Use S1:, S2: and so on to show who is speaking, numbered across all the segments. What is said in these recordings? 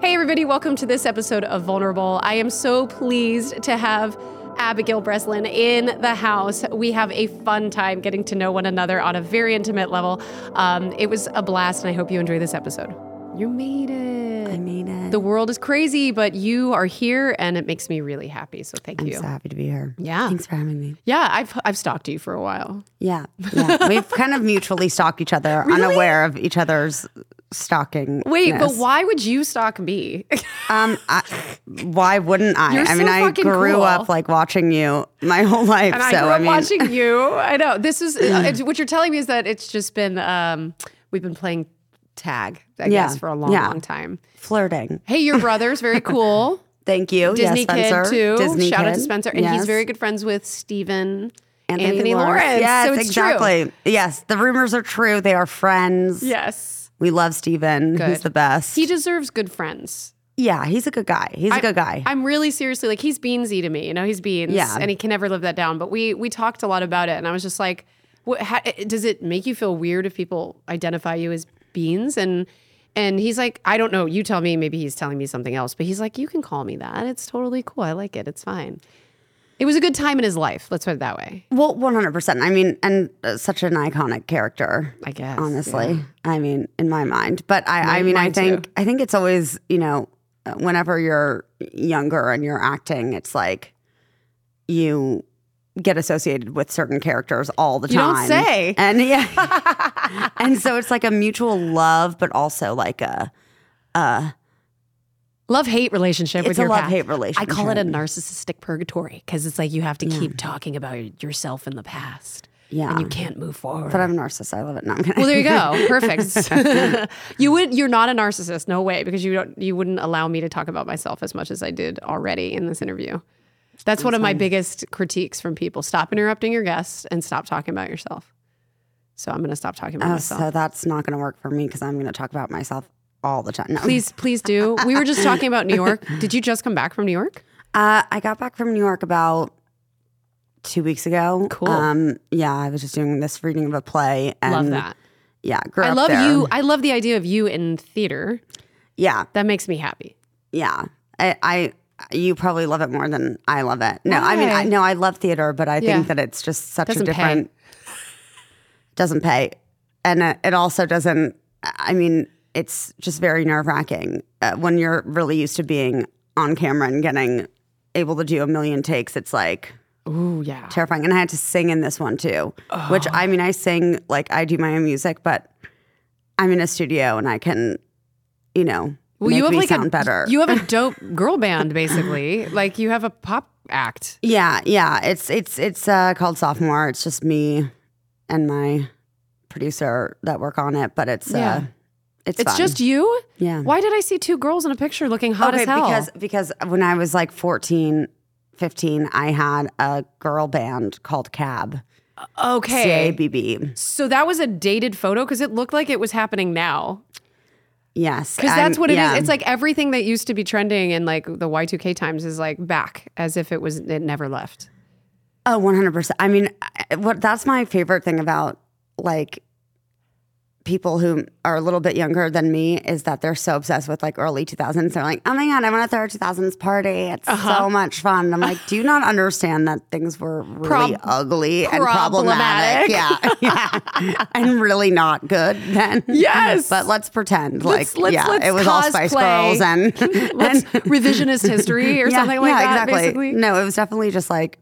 S1: Hey, everybody, welcome to this episode of Vulnerable. I am so pleased to have Abigail Breslin in the house. We have a fun time getting to know one another on a very intimate level. Um, it was a blast, and I hope you enjoy this episode. You made it.
S2: I uh, made it.
S1: The world is crazy, but you are here, and it makes me really happy. So thank
S2: I'm
S1: you.
S2: so happy to be here.
S1: Yeah.
S2: Thanks for having me.
S1: Yeah, I've I've stalked you for a while.
S2: Yeah. Yeah. We've kind of mutually stalked each other, unaware of each other's stalking.
S1: Wait, but why would you stalk me?
S2: Um, I, why wouldn't I?
S1: You're
S2: I mean,
S1: so
S2: I
S1: fucking
S2: grew
S1: cool.
S2: up like watching you my whole life.
S1: and
S2: so
S1: I grew
S2: I
S1: up
S2: mean,
S1: watching you. I know this is uh, it's, what you're telling me is that it's just been um, we've been playing tag, I
S2: Yeah.
S1: guess, for a long,
S2: Yeah.
S1: long time.
S2: flirting.
S1: Hey, your brother's very cool.
S2: Thank you,
S1: Disney
S2: yes, Spencer.
S1: kid too.
S2: Disney
S1: Shout out
S2: kid.
S1: to Spencer, and
S2: Yes.
S1: he's very good friends with Stephen
S2: Anthony,
S1: Lawrence.
S2: Yes,
S1: so it's true.
S2: exactly. Yes, the rumors are true. They are friends.
S1: Yes,
S2: We love Steven.
S1: Good.
S2: He's the best.
S1: he deserves good friends.
S2: yeah, he's a good guy. He's a good guy.
S1: I'm really seriously like he's beansy to me. You know, he's beans.
S2: Yeah.
S1: and he can never live that down. But we we talked a lot about it, and I was just like, what, how, does it make you feel weird if people identify you as beans? And and he's like, I don't know. You tell me. Maybe he's telling me something else. But he's like, you can call me that. It's totally cool. I like it. It's fine. It was a good time in his life. Let's put it that way.
S2: Well, one hundred percent. I mean, and uh, such an iconic character.
S1: I guess,
S2: honestly. I mean, in my mind, but I, I mean, I
S1: mine too.
S2: think, I think it's always, you know, uh, whenever you're younger and you're acting, it's like you get associated with certain characters all the
S1: You
S2: time.
S1: don't say.
S2: And yeah, and so it's like a mutual love, but also like a uh,
S1: Love hate relationship with
S2: it's a
S1: your
S2: love
S1: cat.
S2: hate
S1: I
S2: relationship.
S1: call it a narcissistic purgatory because it's like you have to keep talking about yourself in the past
S2: yeah.
S1: and you can't move forward.
S2: but I'm a narcissist. I love it. No, I'm kidding.
S1: Well, there you go. Perfect. you would. You're not a narcissist. No way, because you don't. You wouldn't allow me to talk about myself as much as I did already in this interview. That's one of my biggest critiques from people. Stop interrupting your guests and stop talking about yourself. So I'm going to stop talking about
S2: Uh,
S1: myself.
S2: so that's not going to work for me because I'm going to talk about myself all the time. No.
S1: Please, please do. We were just talking about New York. Did you just come back from New York?
S2: Uh, I got back from New York about two weeks ago.
S1: Cool.
S2: Um, yeah, I was just doing this reading of a play. And
S1: Love that.
S2: Yeah, grew
S1: I
S2: up
S1: love
S2: there.
S1: you. I love the idea of you in theater.
S2: Yeah,
S1: That makes me happy.
S2: yeah. I, I, you probably love it more than I love it. No, I mean,
S1: Why?
S2: I, no, I love theater, but I
S1: Yeah.
S2: think that it's just such
S1: Doesn't pay.
S2: a different. Doesn't pay, and it, it also doesn't. I mean, it's just very nerve wracking uh, when you're really used to being on camera and getting able to do a million takes. It's like.
S1: Ooh, yeah.
S2: terrifying. And I had to sing in this one too, which I mean, I sing like I do my own music, but I'm in a studio and I can, you know, make me sound
S1: a,
S2: better.
S1: You have a dope girl band, basically. Like you have a pop act.
S2: yeah, yeah. It's it's it's uh, called sophomore. It's just me and my producer that work on it, but it's
S1: Yeah.
S2: uh, it's
S1: It's
S2: fun.
S1: just you.
S2: yeah.
S1: Why did I see two girls in a picture looking hot as hell?
S2: because because when I was like 14, 15, I had a girl band called Cab. C A
S1: okay,
S2: B B.
S1: so that was a dated photo because it looked like it was happening now.
S2: Yes,
S1: Because
S2: I'm-
S1: that's what it is.
S2: yeah.
S1: It's like everything that used to be trending in like the Y two K times is like back as if it was it never left.
S2: Oh, 100%. I mean, I- what that's my favorite thing about like people who are a little bit younger than me is that they're so obsessed with like early 2000s. They're like, "Oh my god, I want to throw a 2000s party. It's
S1: Uh-huh.
S2: so much fun." I'm like, "Do you not understand that things were really
S1: Prob-
S2: ugly and
S1: problematic.
S2: problematic? Yeah. yeah. and really not good then."
S1: Yes.
S2: But let's pretend
S1: Let's-
S2: like
S1: let's-
S2: yeah,
S1: let's
S2: it was all Spice
S1: cosplay.
S2: Girls and
S1: Let's revisionist history or something like that. Basically,
S2: no, it was definitely just like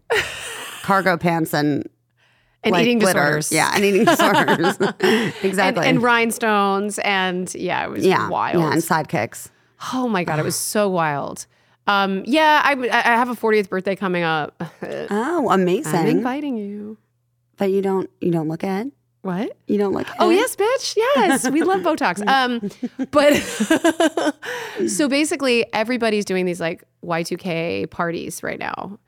S2: cargo pants and,
S1: and
S2: like
S1: eating
S2: glitter.
S1: disorders.
S2: Yeah, and eating disorders.
S1: And,
S2: exactly.
S1: and rhinestones and yeah, it was
S2: yeah,
S1: wild.
S2: Yeah, and sidekicks.
S1: Oh my god, it was so wild. Um, yeah, I, I have a 40th birthday coming up.
S2: Oh,
S1: I'm
S2: amazing!
S1: inviting you.
S2: But you don't you don't look at
S1: What?
S2: you don't look.
S1: Oh
S2: at-
S1: yes, bitch. Yes, we love Botox. Um, but so basically, everybody's doing these like Y2K parties right now.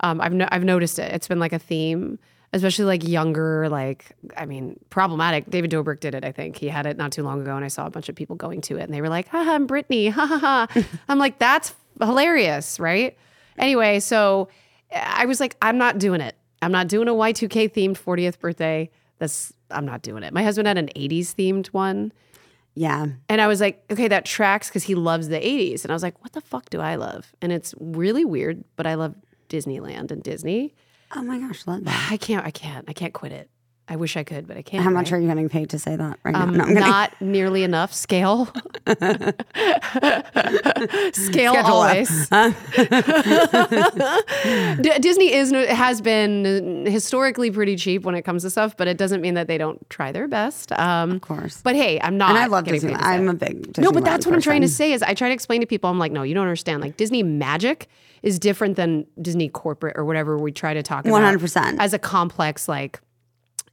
S1: Um, I've no- I've noticed it. It's been like a theme, especially like younger, like I mean, problematic. David Dobrik did it. I think he had it not too long ago, and I saw a bunch of people going to it, and they were like, "Ha I'm Britney." Ha ha ha. I'm like, that's hilarious, right? Anyway, so I was like, I'm not doing it. I'm not doing a Y2K themed 40th birthday. That's I'm not doing it. My husband had an 80s themed one.
S2: Yeah.
S1: And I was like, okay, that tracks because he loves the 80s. And I was like, what the fuck do I love? And it's really weird, but I love Disneyland and Disney.
S2: Oh my gosh, love that.
S1: I can't, I can't, I can't quit it. I wish I could, but I can't.
S2: How much
S1: right?
S2: are you getting paid to say that right
S1: Um,
S2: now? No, I'm kidding.
S1: not nearly enough scale. scale always. D- Disney is has been historically pretty cheap when it comes to stuff, but it doesn't mean that they don't try their best. Um, of
S2: course.
S1: But hey, I'm not.
S2: and I love
S1: getting paid
S2: Disneyland.
S1: to say it.
S2: I'm a big Disneyland
S1: No, but that's what I'm trying to
S2: person.
S1: say is I try to explain to people, I'm like, no, you don't understand. Like Disney magic is different than Disney corporate or whatever we try to talk about.
S2: 100%.
S1: As a complex, like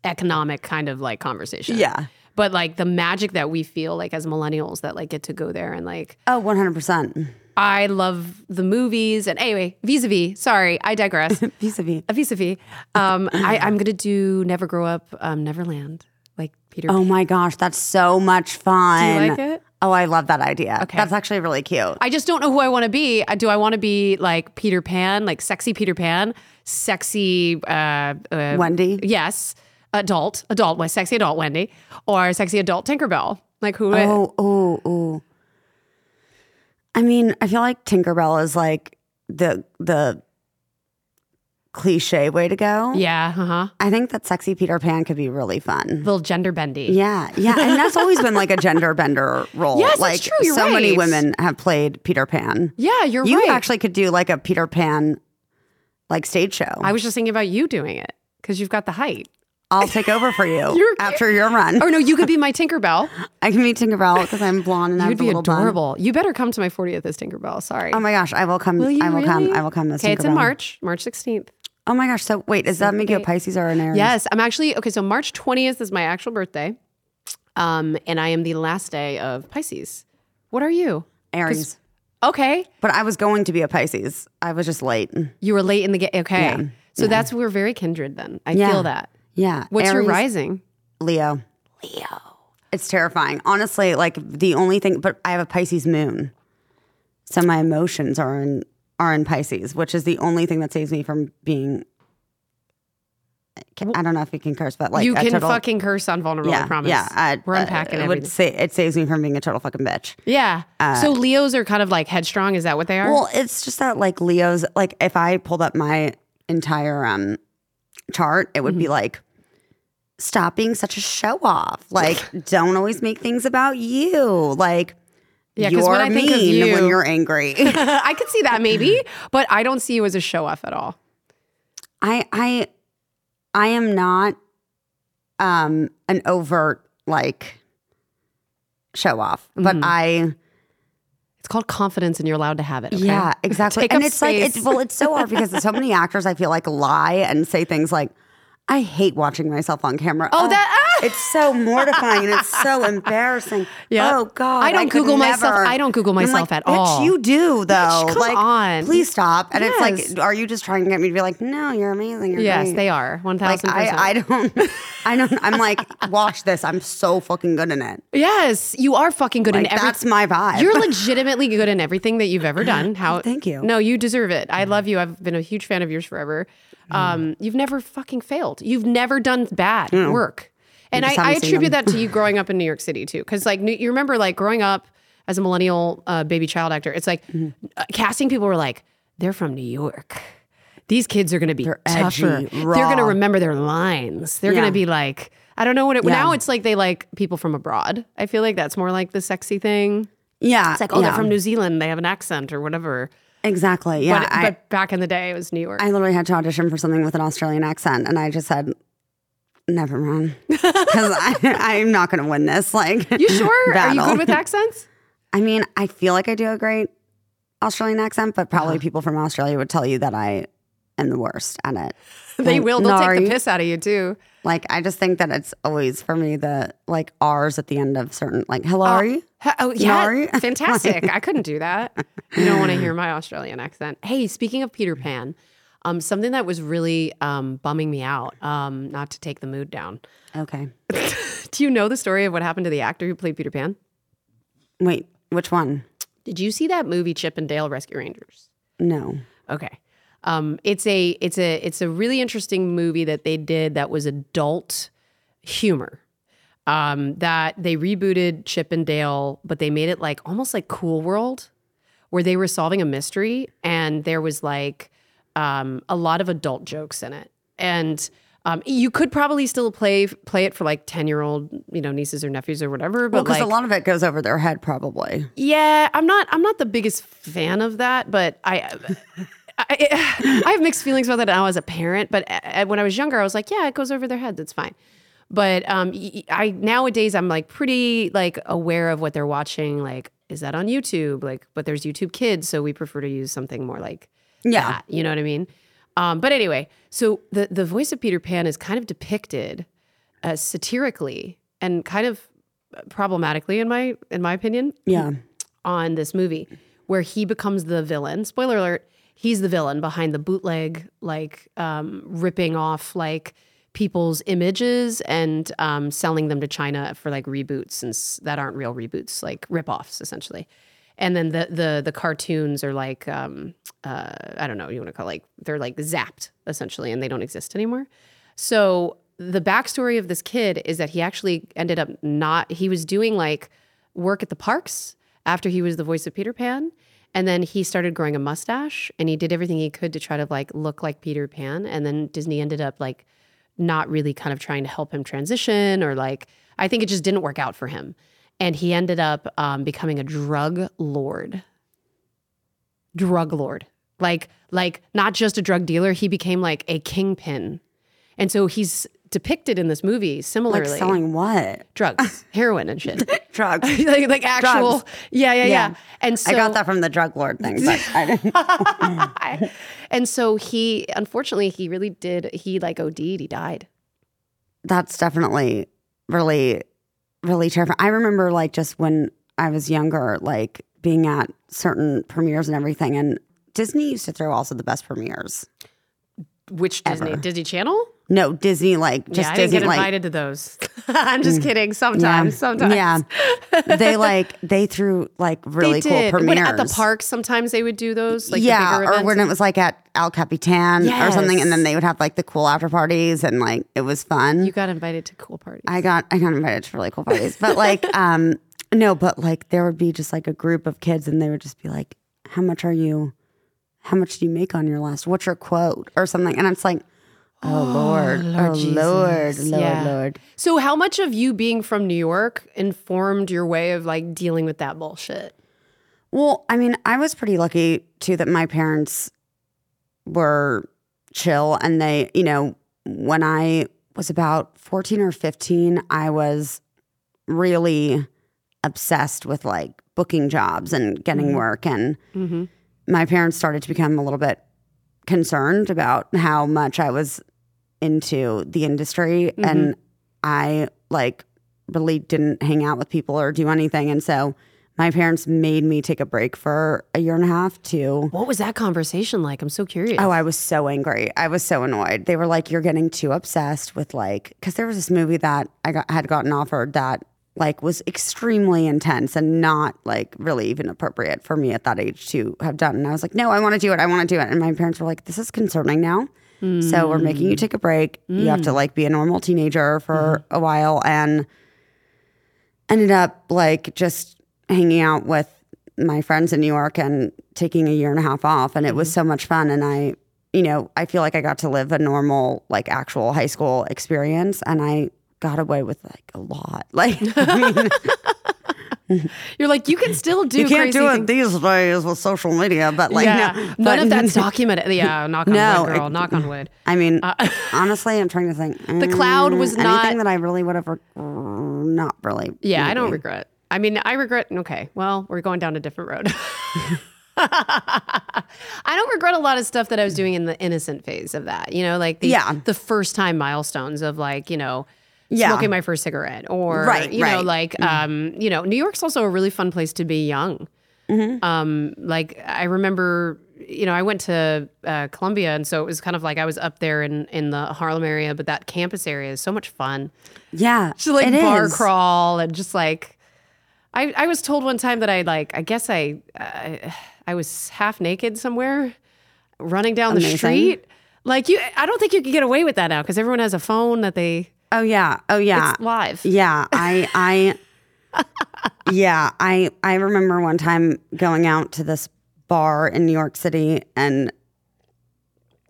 S1: economic kind of like conversation.
S2: Yeah.
S1: But like the magic that we feel like as millennials that like get to go there and like
S2: Oh, 100%.
S1: I love the movies and anyway, vis-a-vis, sorry, I digress. Uh,
S2: Vis-a-vis.
S1: vis-a-vis. Um I, I'm gonna do Never Grow Up, um, Neverland, like Peter
S2: Oh my gosh, that's so much fun.
S1: like it?
S2: Oh, I love that idea. Okay. That's actually really cute.
S1: I just don't know who I want to be. Uh, Do I want to be like Peter Pan, like sexy Peter Pan, sexy? Uh, uh,
S2: Wendy?
S1: yes, adult, adult, well, sexy adult Wendy, or sexy adult Tinkerbell. Like who?
S2: Oh, oh, oh. I mean, I feel like Tinkerbell is like the the cliche way to go.
S1: Yeah, uh huh.
S2: I think that sexy Peter Pan could be really fun.
S1: Little gender bendy.
S2: Yeah, yeah, and that's always been like a gender bender role.
S1: Yes, that's
S2: like
S1: true, you're
S2: so many
S1: right.
S2: women have played Peter Pan.
S1: Yeah, you're
S2: you
S1: right.
S2: actually could do like a Peter Pan like stage show.
S1: I was just thinking about you doing it because you've got the height.
S2: I'll take over for you
S1: You're-
S2: after your run.
S1: Or Oh, no, you could be my Tinkerbell.
S2: I can be Tinkerbell because I'm blonde and I
S1: You'd
S2: have a
S1: be
S2: little bun.
S1: adorable. You better come to my 40th as Tinkerbell. Sorry.
S2: Oh my gosh, I will come.
S1: Um, Will you
S2: I will come.
S1: really?
S2: I will come this
S1: okay, it's in
S2: Tinkerbell.
S1: March, March 16th.
S2: Oh my gosh. So wait, does that make you a
S1: Wait.
S2: Pisces or an Aries?
S1: Yes, I'm actually okay. So March 20th is my actual birthday, um, and I am the last day of Pisces. What are you? 'Cause-
S2: Aries.
S1: Okay,
S2: But I was going to be a Pisces. I was just late.
S1: you were late in the game. Okay, so that's we're very kindred then. I
S2: Yeah.
S1: feel that.
S2: Yeah.
S1: What's your
S2: Aries,
S1: rising?
S2: Leo.
S1: Leo.
S2: It's terrifying. Honestly, like the only thing but I have a Pisces moon. So my emotions are in are in Pisces, which is the only thing that saves me from being I don't know if you can curse, but like
S1: you
S2: a
S1: can
S2: total,
S1: fucking curse on vulnerable. I promise.
S2: Yeah, I-
S1: we're
S2: uh,
S1: unpacking
S2: it
S1: everything.
S2: would say it saves me from being a total fucking bitch.
S1: yeah. so Leos are kind of like headstrong. Is that what they are?
S2: Uh, Well, it's just that like Leo's like if I pulled up my entire um chart, it would
S1: Mm-hmm.
S2: be like stop being such a show off. Like don't always make things about you. Like
S1: Yeah, 'cause
S2: you're
S1: when I
S2: mean
S1: think of you-
S2: when you're angry.
S1: I could see that maybe, but I don't see you as a show off at all.
S2: I I I am not um an overt like show off, but
S1: Mm-hmm.
S2: I
S1: It's called confidence, and you're allowed to have it. okay?
S2: Yeah, exactly.
S1: Take
S2: and
S1: up
S2: it's like it's
S1: space.
S2: well, it's so hard because so many actors I feel like lie and say things like, "I hate watching myself on camera."
S1: Oh, that. Ah!
S2: It's so mortifying and it's so embarrassing.
S1: Yep.
S2: Oh God!
S1: I don't
S2: could
S1: Google myself-
S2: never.
S1: I don't Google
S2: And I'm
S1: myself
S2: like,
S1: at all.
S2: Bitch, you do though.
S1: come
S2: like,
S1: on.
S2: please stop. And it's
S1: Yes.
S2: like, are you just trying to get me to be like, no, you're amazing. You're
S1: Yes,
S2: great."
S1: they are. One
S2: Like
S1: thousand percent.
S2: I, I don't, I don't. I'm like, watch this. I'm so fucking good in it.
S1: Yes, you are fucking good
S2: Like
S1: in every.
S2: that's my vibe.
S1: You're legitimately good in everything that you've ever done. How?
S2: Thank you.
S1: No, you deserve it. I love you. I've been a huge fan of yours forever. Um, you've never fucking failed. You've never done bad work. And I,
S2: just
S1: I
S2: haven't seen
S1: attribute that to you growing up in New York City too, because like New- you remember, like growing up as a millennial uh, baby child actor, it's like
S2: Mm-hmm.
S1: uh, casting people were like, they're from New York. These kids are going to be
S2: edgy,
S1: tougher. They're
S2: raw.
S1: going to remember their lines. They're going
S2: Yeah.
S1: to be like, I don't know what it. Now it's like they like people from abroad. I feel like that's more like the sexy thing.
S2: yeah,
S1: It's like, oh,
S2: yeah,
S1: they're from New Zealand. They have an accent or whatever.
S2: exactly. Yeah,
S1: but,
S2: I-
S1: but back in the day, it was New York.
S2: I literally had to audition for something with an Australian accent, and I just said, "Never mind," because I'm not going to win this. Like,
S1: you sure?
S2: Battle.
S1: Are you good with accents?
S2: I mean, I feel like I do a great Australian accent, but probably
S1: Uh-huh.
S2: people from Australia would tell you that I am the worst at it.
S1: they
S2: Like,
S1: will. They'll take
S2: Nari.
S1: the piss out of you too.
S2: Like, I just think that it's always for me the like R's at the end of certain like hello. are you?
S1: Ha- Oh yeah,
S2: Nari.
S1: fantastic! I couldn't do that. You don't want to hear my Australian accent. Hey, speaking of Peter Pan, um, something that was really um, bumming me out, um, not to take the mood down.
S2: Okay.
S1: Do you know the story of what happened to the actor who played Peter Pan?
S2: Wait, which one?
S1: Did you see that movie Chip and Dale Rescue Rangers?
S2: No.
S1: Okay. Um, it's a it's a it's a really interesting movie that they did that was adult humor. um, that they rebooted Chip and Dale, but they made it like almost like Cool World, where they were solving a mystery and there was like um, a lot of adult jokes in it. And um, you could probably still play play it for like ten year old you know nieces or nephews or whatever. But
S2: Well, because
S1: like,
S2: a lot of it goes over their head, probably.
S1: yeah, I'm not. I'm not the biggest fan of that, but I. I, I have mixed feelings about that now as a parent, but a- a- when I was younger, I was like, yeah, it goes over their heads. It's fine. But um, y- y- I nowadays I'm like pretty like aware of what they're watching. Like, is that on YouTube? Like, but there's YouTube Kids, so we prefer to use something more like
S2: Yeah.
S1: that. You know what I mean? Um, but anyway, so the the voice of Peter Pan is kind of depicted uh, satirically and kind of uh, problematically in my in my opinion
S2: Yeah.
S1: on this movie where he becomes the villain. Spoiler alert, he's the villain behind the bootleg, like um, ripping off like people's images and um, selling them to China for like reboots and s- that aren't real reboots, like ripoffs essentially. And then the the the cartoons are like um, uh, I don't know you want to call it, like they're like zapped essentially and they don't exist anymore. So the backstory of this kid is that he actually ended up not he was doing like work at the parks after he was the voice of Peter Pan. And then he started growing a mustache and he did everything he could to try to like look like Peter Pan. And then Disney ended up like not really kind of trying to help him transition or like, I think it just didn't work out for him. And he ended up um, becoming a drug lord. Drug lord. Like, like not just a drug dealer, he became like a kingpin. And so he's depicted in this movie
S2: Like
S1: similarly
S2: selling what?
S1: drugs, heroin and shit
S2: Drugs.
S1: like like actual yeah, yeah yeah
S2: Yeah.
S1: and so
S2: I got that from the drug lord thing, but I didn't.
S1: and so he unfortunately he really did he like OD'd he died
S2: that's definitely really, really terrifying. I remember like just when I was younger, like being at certain premieres and everything, and Disney used to throw also the best premieres.
S1: which Disney Disney Channel
S2: No, Disney like just
S1: yeah I didn't
S2: Disney
S1: get
S2: like Mm.
S1: invited to those I'm just kidding sometimes sometimes
S2: yeah. they like they threw like really
S1: they
S2: cool
S1: did when
S2: premieres
S1: at the park sometimes they would do those like the
S2: yeah,
S1: bigger
S2: or when
S1: events.
S2: it was like at El Capitan or something,
S1: Yes.
S2: and then they would have like the cool after parties, and like it was fun.
S1: you got invited to cool parties
S2: I got I got invited to really cool parties, but like um no, but like there would be just like a group of kids, and they would just be like, "How much are you? How much do you make on your last? What's your quote or something?" And it's like, "Oh Lord,
S1: Lord
S2: oh
S1: Jesus.
S2: Lord, Lord,
S1: Yeah.
S2: Lord."
S1: so how much of you being from New York informed your way of like dealing with that bullshit
S2: Well, I mean, I was pretty lucky too that my parents were chill and they, you know, when I was about 14 or 15, I was really obsessed with like booking jobs and getting work and
S1: mm-hmm.
S2: my parents started to become a little bit concerned about how much I was into the industry and I like really didn't hang out with people or do anything and so my parents made me take a break for a year and a half to
S1: what was that conversation like I'm so curious
S2: Oh, I was so angry. I was so annoyed. They were like, "You're getting too obsessed with like," because there was this movie that I got, had gotten offered that like was extremely intense and not like really even appropriate for me at that age to have done. And I was like, "No, I want to do it. I want to do it." And my parents were like, "This is concerning now." So we're making you
S1: Mm.
S2: take a break. You have to like be a normal teenager for
S1: Mm-hmm.
S2: a while and ended up like just hanging out with my friends in New York and taking a year and a half off and it was
S1: Mm-hmm.
S2: so much fun and I you know I feel like I got to live a normal like actual high school experience and I got away with like a lot like I mean,
S1: you're like you can still do
S2: you can't
S1: crazy
S2: do
S1: things.
S2: it these days with social media but like
S1: yeah.
S2: no,
S1: None
S2: but-
S1: of that's documented. Yeah, knock on
S2: No,
S1: wood, girl.
S2: it-
S1: knock on wood.
S2: I mean honestly I'm trying to think the
S1: Uh, cloud was
S2: anything
S1: not-
S2: that I really would have re- not really
S1: Yeah, I don't regret. I mean, I regret. Okay, well, we're going down a different road. I don't regret a lot of stuff that I was doing in the innocent phase of that. You know, like the
S2: Yeah.
S1: the first time milestones of like you know.
S2: Yeah.
S1: Smoking my first cigarette, or
S2: Right,
S1: you know,
S2: right.
S1: like
S2: Mm-hmm.
S1: um, you know, New York's also a really fun place to be young.
S2: Mm-hmm.
S1: um, like I remember, you know, I went to uh, Columbia, and so it was kind of like I was up there in in the Harlem area, but that campus area is so much fun.
S2: yeah
S1: Just like
S2: it
S1: bar
S2: is.
S1: crawl and just like, I I was told one time that I like I guess I I, I was half naked somewhere, running down
S2: Amazing.
S1: the street. Like you, I don't think you can get away with that now because everyone has a phone that they
S2: Oh yeah. Oh yeah.
S1: It's live.
S2: Yeah, I I yeah, I I remember one time going out to this bar in New York City and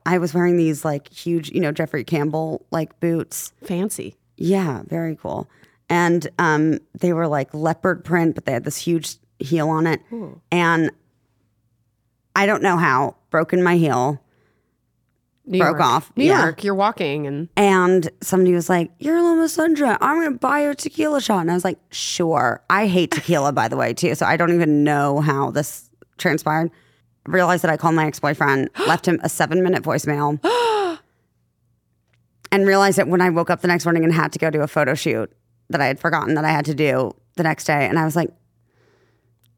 S2: I was wearing these like huge, you know, Jeffrey Campbell like boots.
S1: Fancy.
S2: Yeah, very cool. And um they were like leopard print, but they had this huge heel on it. And I don't know how, broken my heel.
S1: New
S2: Broke
S1: York.
S2: off.
S1: New
S2: Yeah.
S1: York. You're walking and
S2: And somebody was like, You're Loma Sundra. I'm going to buy you a tequila shot. And I was like, Sure. I hate tequila, by the way, too. So I don't even know how this transpired. Realized that I called my ex boyfriend, left him a seven minute voicemail, and realized that when I woke up the next morning and had to go do a photo shoot that I had forgotten that I had to do the next day. And I was like,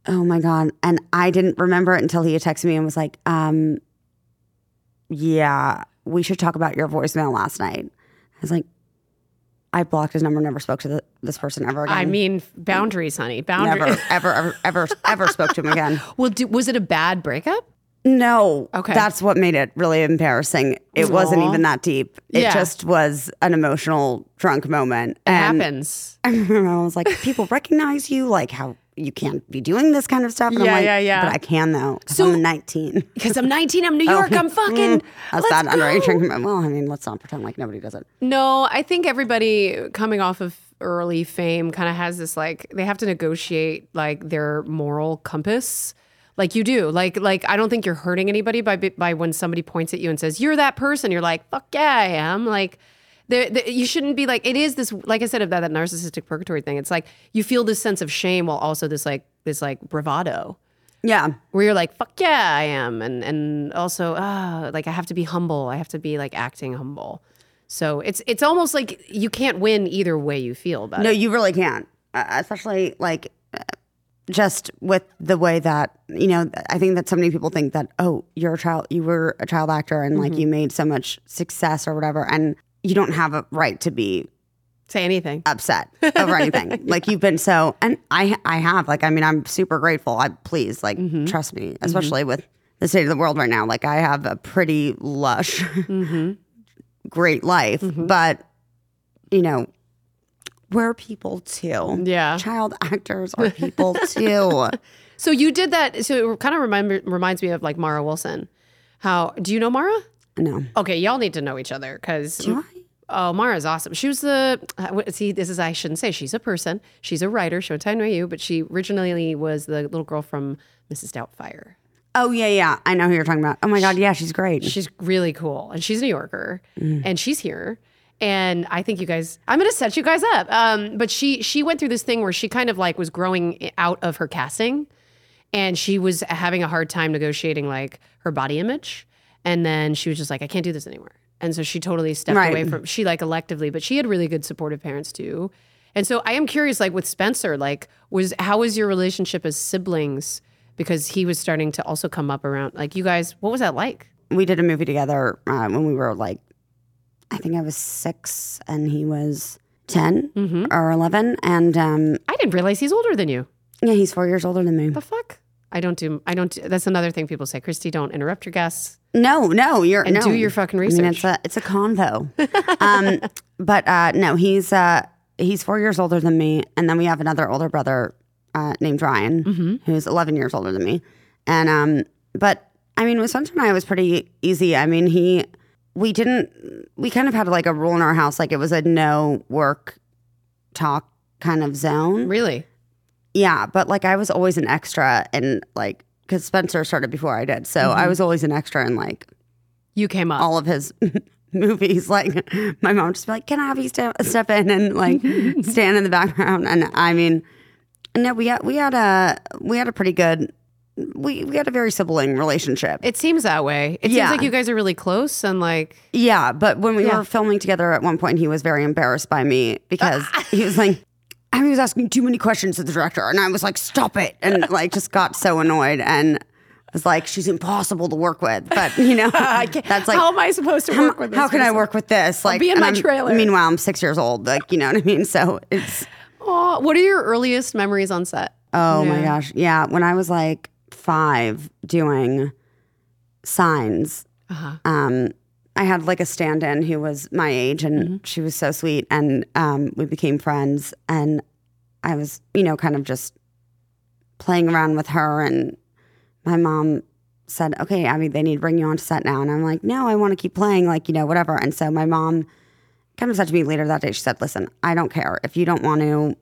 S2: Oh my God. And I didn't remember it until he had texted me and was like, um, yeah, we should talk about your voicemail last night. I was like, I blocked his number, never spoke to the, this person ever again.
S1: I mean boundaries, honey.
S2: never,
S1: Boundaries.
S2: ever, ever, ever, ever spoke to him again.
S1: well, do, was it a bad breakup?
S2: No.
S1: Okay.
S2: That's what made it really embarrassing. It wasn't even that deep. It
S1: Yeah.
S2: just was an emotional drunk moment. and
S1: Happens.
S2: I remember I was like, people recognize you, like how you can't be doing this kind of stuff. And
S1: Yeah,
S2: I'm like,
S1: yeah, yeah.
S2: But I can though. 'cause
S1: So-
S2: I'm 19.
S1: Because I'm 19, I'm New York, I'm fucking.
S2: oh, mm. That's
S1: let's
S2: that underage
S1: go.
S2: drinking. Well, I mean, let's not pretend like nobody does it.
S1: No, I think everybody coming off of early fame kind of has this like they have to negotiate like their moral compass. Like you do. Like like I don't think you're hurting anybody by by when somebody points at you and says you're that person. You're like fuck yeah I am. Like there, there- you shouldn't be like it is this like I said about that narcissistic purgatory thing. It's like you feel this sense of shame while also this like this like bravado
S2: Yeah.
S1: where you're like fuck yeah I am and and also ah like I have to be humble I have to be like acting humble so it's it's almost like you can't win either way you feel about
S2: No,
S1: it
S2: you really can't, uh, especially like uh, just with the way that you know. I think that so many people think that oh, you're a child, you were a child actor, and
S1: Mm-hmm.
S2: like you made so much success or whatever, and you don't have a right to be
S1: say anything
S2: upset over anything. Like you've been so, and I I have like I mean I'm super grateful. I please like trust me, especially with the state of the world right now. Like I have a pretty lush, great life, but you know we're people too.
S1: Yeah.
S2: child actors are people too.
S1: so you did that so it kind of remind, reminds me of like Mara Wilson how do you know Mara
S2: No,
S1: okay y'all need to know each other because
S2: do I?
S1: Oh, Mara's awesome. She was the uh, wait, see. This is I shouldn't say she's a person. She's a writer. Showtime knew you, but she originally was the little girl from Mrs. Doubtfire.
S2: Oh yeah, yeah. I know who you're talking about. Oh my god, yeah, she's great.
S1: She's really cool, and she's a New Yorker, and she's here. And I think you guys, I'm gonna set you guys up. Um, but she she went through this thing where she kind of like was growing out of her casting, and she was having a hard time negotiating like her body image. And then she was just like, I can't do this anymore. And so she totally stepped
S2: Right.
S1: away from she like electively, but she had really good supportive parents too. And so I am curious, like with Spencer, like was how was your relationship as siblings? Because he was starting to also come up around like you guys. What was that like?
S2: we did a movie together uh, when we were like, I think I was six and he was 10 or 11. And um,
S1: I didn't realize he's older than you.
S2: yeah, he's four years older than me.
S1: The fuck? I don't do. I don't. Do, that's another thing people say. Christy, don't interrupt your guests
S2: No, no, you're
S1: and
S2: no.
S1: do your fucking research.
S2: I mean, it's a it's a convo. um, but uh, no, he's uh, he's four years older than me, and then we have another older brother uh, named Ryan,
S1: Mm-hmm.
S2: who's eleven years older than me. And um, but I mean, with Spencer and I, it was pretty easy. I mean, he we didn't we kind of had like a rule in our house, like it was a no work talk kind of zone.
S1: really?
S2: Yeah, but like I was always an extra, and like because Spencer started before I did, so I was always an extra and like
S1: You came up.
S2: all of his movies. Like my mom just be like, "Can I have you step, step in and like stand in the background?" And I mean, no, we had we had a we had a pretty good we we had a very sibling relationship.
S1: it seems that way. It
S2: Yeah.
S1: seems like you guys are really close and like.
S2: yeah, but when we
S1: Yeah.
S2: were filming together at one point, he was very embarrassed by me because he was like. I was asking too many questions to the director, and I was like, "Stop it!" and like just got so annoyed and was like, "She's impossible to work with." But you know, that's like
S1: how am I supposed to work with this?
S2: how can I
S1: person?
S2: work with this? Like,
S1: be in
S2: and
S1: my
S2: I'm-
S1: trailer.
S2: Meanwhile, I'm six years old. Like, you know what I mean? So it's
S1: Aw, what are your earliest memories on set?
S2: oh my
S1: Yeah.
S2: gosh, yeah. When I was like five, doing signs,
S1: Uh-huh.
S2: um, I had like a stand-in who was my age, and she was so sweet, and um, we became friends. And I was, you know, kind of just playing around with her, and my mom said, "Okay, Abby, they need to bring you on to set now." And I'm like, "No, I want to keep playing, like you know, whatever." And so my mom kind of said to me later that day, she said, "Listen, I don't care if you don't want to,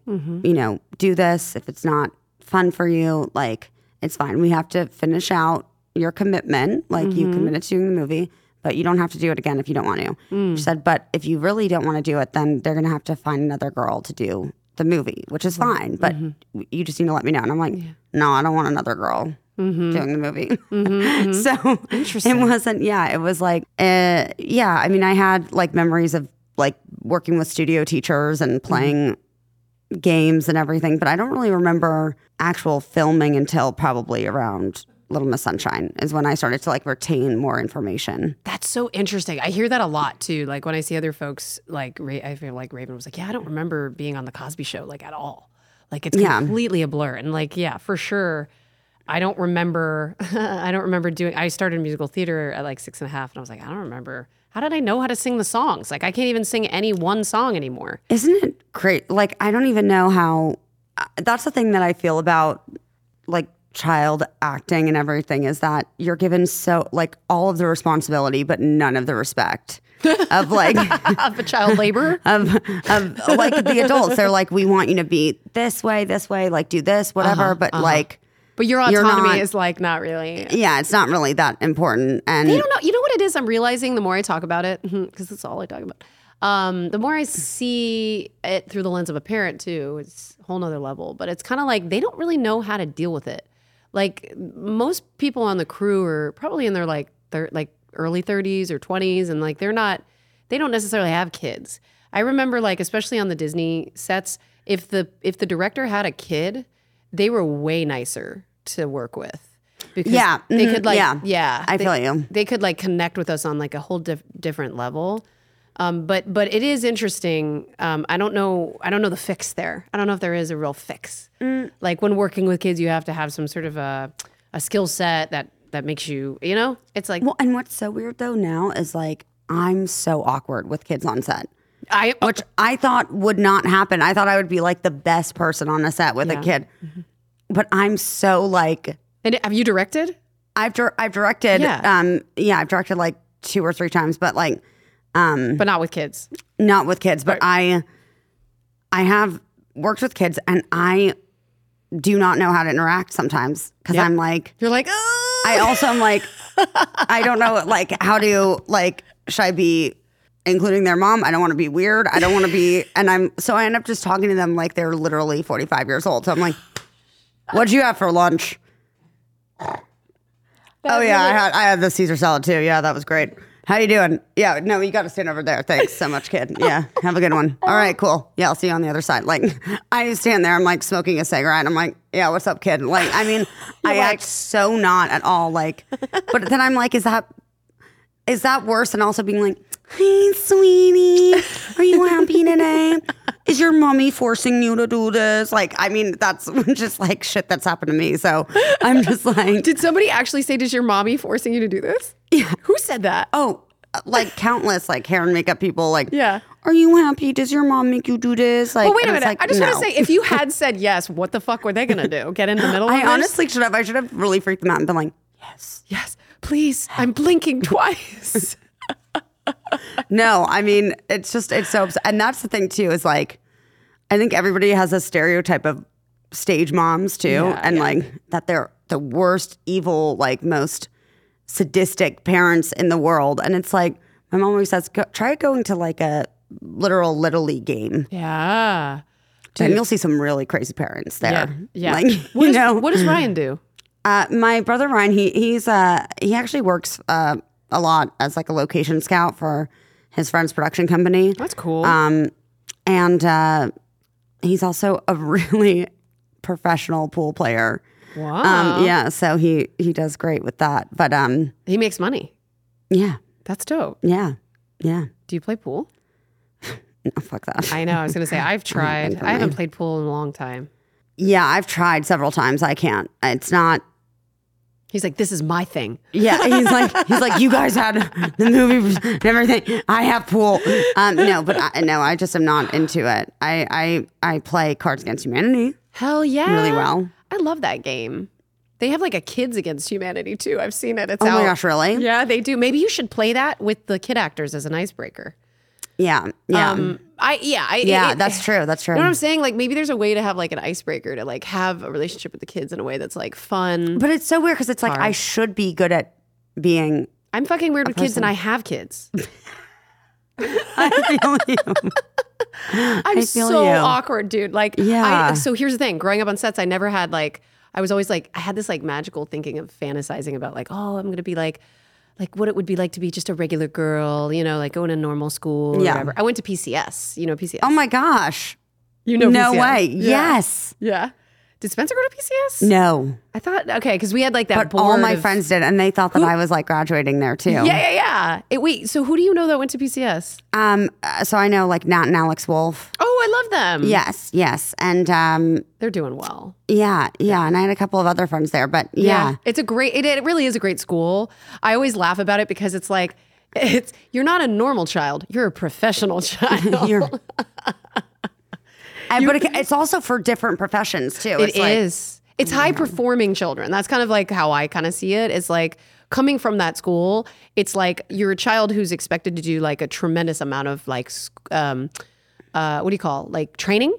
S2: you know, do this. If it's not fun for you, like it's fine. We have to finish out your commitment. Like you committed to doing the movie." But you don't have to do it again if you don't want to.
S1: Mm. Mm-hmm.
S2: She said, but if you really don't want to do it, then they're going to have to find another girl to do the movie, which is fine. But you just need to let me know. And I'm like, no, I don't want another girl
S1: Mm-hmm. Mm.
S2: doing the movie. so it wasn't, yeah, it was like, uh, yeah, I mean, I had like memories of like working with studio teachers and playing games and everything, but I don't really remember actual filming until probably around Little Miss Sunshine is when I started to like retain more information.
S1: That's so interesting. I hear that a lot too. Like when I see other folks, like Ra- I feel like Raven was like, "Yeah, I don't remember being on the Cosby Show like at all. Like it's
S2: Yeah.
S1: completely a blur." And like, yeah, for sure, I don't remember. I don't remember doing. I started musical theater at like six and a half, and I was like, I don't remember. How did I know how to sing the songs? Like I can't even sing any one song anymore.
S2: Isn't it great? Like, I don't even know how. uh, That's the thing that I feel about like child acting and everything is that you're given so, like, all of the responsibility, but none of the respect of like.
S1: of a child labor.
S2: Of, of like the adults, they're like, we want you to be this way, this way, like do this, whatever. but like,
S1: But your
S2: You're
S1: autonomy
S2: not-
S1: is like not really.
S2: yeah, it's not really that important. And
S1: You don't know. You know what it is. I'm realizing the more I talk about it, because that's all I talk about. Um, the more I see it through the lens of a parent too, it's a whole nother level. But it's kind of like they don't really know how to deal with it. Like most people on the crew are probably in their like thir- like early 30s or 20s, and like they're not. They don't necessarily have kids. I remember like especially on the Disney sets, if the if the director had a kid, they were way nicer to work with. Because
S2: Yeah,
S1: they
S2: mhm,
S1: could like
S2: yeah.
S1: yeah,
S2: I
S1: they-
S2: feel you.
S1: they could like connect with us on like a whole diff- different level. Um, but but it is interesting. Um, I don't know. I don't know the fix there. I don't know if there is a real fix.
S2: Mm.
S1: Like when working with kids, you have to have some sort of a a skill set that that makes you. You know, it's like
S2: Well, and what's so weird though now is like, I'm so awkward with kids on set.
S1: I
S2: which I thought would not happen. I thought I would be like the best person on a set with
S1: Yeah. Mm-hmm.
S2: a kid, but I'm so like
S1: and have you directed?
S2: I've dir- I've directed
S1: Yeah.
S2: um yeah I've directed like two or three times, but like um,
S1: But not with kids.
S2: not with kids. But I I have worked with kids, and I do not know how to interact sometimes because
S1: Yep.
S2: I'm like
S1: You're like, oh,
S2: I also am like, I don't know, like, how do, like, should I be including their mom? I don't want to be weird. I don't want to be, and I'm, so I end up just talking to them like they're literally 45 years old. So I'm like, what'd you have for lunch? oh, yeah, I had, I had the Caesar salad too. Yeah, that was great. How you doing? Yeah, no, you got to stand over there. Thanks so much, kid. Yeah, have a good one. All right, cool. Yeah, I'll see you on the other side. Like, I stand there. I'm like smoking a cigarette. I'm like, yeah, what's up, kid? Like, I mean, I act so not at all. Like, but then I'm like, is that is that worse than also being like, hey, sweetie, are you happy today? Is your mommy forcing you to do this? Like, I mean, that's just like shit that's happened to me. So I'm just like,
S1: did somebody actually say, "Does your mommy forcing you to do this"? Yeah. Who said that?
S2: oh, like countless like hair and makeup people, like,
S1: Yeah.
S2: Are you happy? Does your mom make you do this? Like,
S1: Oh, wait a
S2: and
S1: minute.
S2: it's like,
S1: I just
S2: no.
S1: want to say, if you had said yes, what the fuck were they gonna do? Get in the middle? of
S2: I
S1: this?
S2: honestly should have. I should have really freaked them out and been like,
S1: Yes, please. I'm blinking twice.
S2: No, I mean, it's just, it's so, obs- and that's the thing too, is like, I think everybody has a stereotype of stage moms too,
S1: Yeah,
S2: and
S1: yeah.
S2: like that they're the worst, evil, like most sadistic parents in the world. And it's like, my mom always says, Go, try going to like a literal Little League game,
S1: Yeah.
S2: and you'll see some really crazy parents there.
S1: Yeah. Yeah.
S2: Like,
S1: what,
S2: you
S1: does,
S2: know,
S1: what does Ryan do?
S2: uh, my brother Ryan, he he's uh he actually works uh a lot as like a location scout for his friend's production company.
S1: That's cool.
S2: Um, and uh, he's also a really professional pool player.
S1: wow.
S2: Um, yeah, so he he does great with that. But um,
S1: He makes money.
S2: yeah,
S1: That's dope.
S2: yeah, yeah.
S1: Do you play pool?
S2: No, fuck that.
S1: I know. I was going to say, I've tried. I haven't played pool in a long time.
S2: yeah, I've tried several times. I can't. It's not.
S1: He's like, this is my thing.
S2: Yeah, he's like he's like you guys had the movie and everything. I have pool. Um, no, but I, no, I just am not into it. I I I play Cards Against Humanity
S1: Hell yeah.
S2: really well.
S1: I love that game. They have like a Kids Against Humanity too. I've seen it. It's
S2: Oh
S1: out.
S2: my gosh, really?
S1: Yeah, they do. Maybe you should play that with the kid actors as an icebreaker.
S2: Yeah, yeah,
S1: Um, I yeah, I,
S2: yeah.
S1: it- it-
S2: that's true. That's true.
S1: You know what I'm saying? Like maybe there's a way to have like an icebreaker to like have a relationship with the kids in a way that's like fun.
S2: But it's so weird because it's like I should be good at being.
S1: I'm fucking weird with kids and I have kids.
S2: I feel you.
S1: I'm
S2: feel
S1: so
S2: you.
S1: awkward, dude. Like I,
S2: Yeah.
S1: so here's the thing. Growing up on sets, I never had like I was always like I had this like magical thinking of fantasizing about like, oh, I'm gonna be like like what it would be like to be just a regular girl, you know, like going to normal school or
S2: Yeah.
S1: whatever. I went to PCS, you know, PCS.
S2: Oh my gosh!
S1: you know
S2: no
S1: PCS.
S2: way.
S1: Yeah.
S2: Yes.
S1: Yeah. Did Spencer go to PCS?
S2: No.
S1: I thought okay, because we had like that
S2: But all
S1: board
S2: my
S1: of-
S2: friends did, and they thought that I was like graduating there too.
S1: Yeah, yeah, yeah. It, wait, so who do you know that went to PCS?
S2: Um. uh, So I know like Nat and Alex Wolf.
S1: Oh, I love them.
S2: Yes. Yes. And um.
S1: They're doing well.
S2: Yeah. Yeah. And I had a couple of other friends there, but yeah.
S1: It's a great it, it really is a great school. I always laugh about it because it's like it's you're not a normal child, you're a professional child.
S2: You're. And, but it, it's also for different professions too.
S1: It
S2: It's like, Mm-hmm.
S1: is. It's high performing children. That's kind of like how I kind of see it. It's like coming from that school, it's like you're a child who's expected to do like a tremendous amount of like, s- um, uh, what do you call like training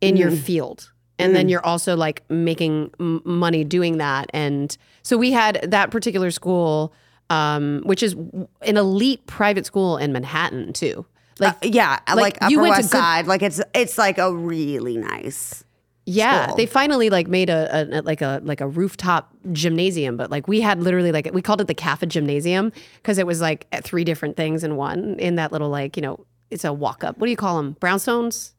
S1: in your
S2: Mm-hmm.
S1: field. And then you're also like making m- money doing that. And so we had that particular school, um, which is w- an elite private school in Manhattan too. Like,
S2: Yeah, like,
S1: you
S2: Upper
S1: went to
S2: West
S1: good-
S2: Side. Like it's it's like a really nice.
S1: Yeah,
S2: school.
S1: they finally like made a, a like a like a rooftop gymnasium, but like we had literally like we called it the CAFA gymnasium because it was like at three different things in one in that little like you know it's a walk up. What do you call them? Brownstones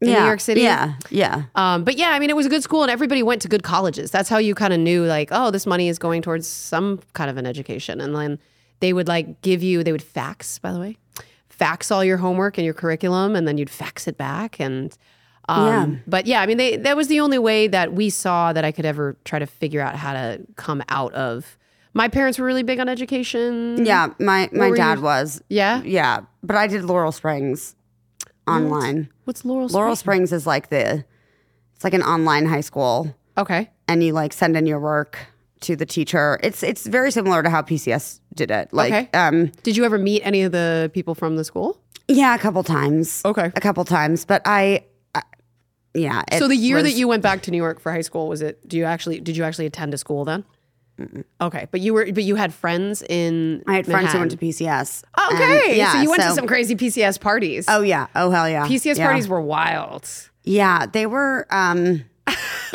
S1: in
S2: yeah,
S1: New York City.
S2: Yeah, yeah.
S1: Um, but yeah, I mean, it was a good school, and everybody went to good colleges. That's how you kind of knew, like, oh, this money is going towards some kind of an education. And then they would like give you, they would fax, by the way, fax all your homework and your curriculum, and then you'd fax it back. And um, but yeah, I mean, they that was the only way that we saw that I could ever try to figure out how to come out of. My parents were really big on education.
S2: Yeah, my my
S1: Mm-hmm. were
S2: dad
S1: you-
S2: was.
S1: Yeah.
S2: Yeah, but I did Laurel Springs online.
S1: What's Laurel?
S2: Laurel
S1: Springs?
S2: Springs is like the it's like an online high school
S1: Okay.
S2: and you like send in your work to the teacher. It's it's very similar to how PCS did it. Like
S1: Okay.
S2: um
S1: Did you ever meet any of the people from the school?
S2: yeah, a couple times.
S1: Okay.
S2: A couple times, but I, I yeah, it
S1: so the year
S2: was-
S1: that you went back to New York for high school was it? Do you actually did you actually attend a school then? Okay, but you were but you had friends in.
S2: I had friends who went to
S1: Manhattan.
S2: PCS. and,
S1: Okay, so you went to
S2: so-
S1: some crazy PCS parties.
S2: Oh yeah. Oh hell yeah.
S1: PCS
S2: yeah.
S1: parties were wild.
S2: Yeah, they were um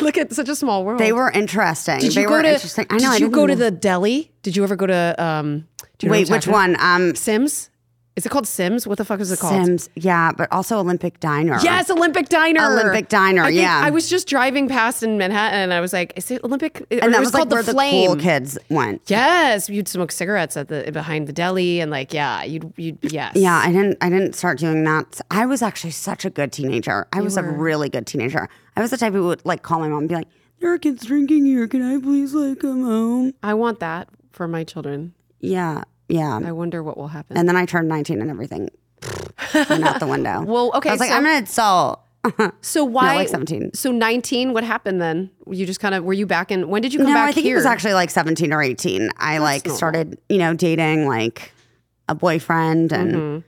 S1: Look at such a small world.
S2: they were interesting.
S1: Did
S2: they
S1: you
S2: were
S1: go to?
S2: interesting. I know
S1: Did
S2: I
S1: you
S2: didn't
S1: go to
S2: know-
S1: the deli? Did you ever go to? um do you know what
S2: Wait,
S1: I'm
S2: which
S1: talking about?
S2: one? Um
S1: Sims? Is it called Sims? What the fuck is it called?
S2: Sims. Yeah, but also Olympic Diner.
S1: Yes, Olympic Diner.
S2: Olympic Diner,
S1: I think
S2: yeah.
S1: I was just driving past in Manhattan, and I was like, "Is it Olympic?" It,
S2: And that
S1: it was,
S2: was, like
S1: called
S2: where
S1: the
S2: the,
S1: Flame.
S2: cool kids went.
S1: Yes, you'd smoke cigarettes at the behind the deli, and like, yeah, you'd you'd yes,
S2: Yeah, I didn't I didn't start doing that. I was actually such a good teenager. I was a really good teenager. I was the type who would like call my mom and be like, There are kids drinking here. Can I please like come home?
S1: I want that for my children.
S2: Yeah. Yeah.
S1: I wonder what will happen.
S2: And then I turned nineteen and everything went out the window.
S1: well, okay,
S2: I was like,
S1: so,
S2: I'm an adult.
S1: so why
S2: like 17.
S1: So nineteen, what happened then? You just kind of were you back in? When did you come
S2: No,
S1: back
S2: I think
S1: here?
S2: it was actually like 17 or 18. I like
S1: normal.
S2: started, you know, dating like a boyfriend and
S1: Hmm.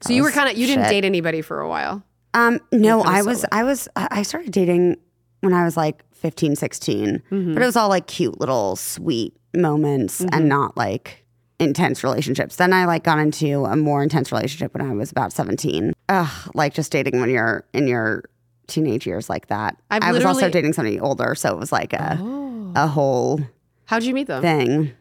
S1: so you were kind of you didn't
S2: shit.
S1: date anybody for a while.
S2: Um, no,
S1: kinda
S2: I was,
S1: solo.
S2: I was, I I started dating when I was like 15, 16,
S1: Mm-hmm.
S2: but it was all like cute little sweet moments and not like intense relationships. Then I like got into a more intense relationship when I was about 17. Ugh, like just dating when you're in your teenage years like that.
S1: I've
S2: I was also
S1: literally-
S2: dating somebody older. So it was like a,
S1: Oh,
S2: a whole
S1: how'd you meet them?
S2: thing.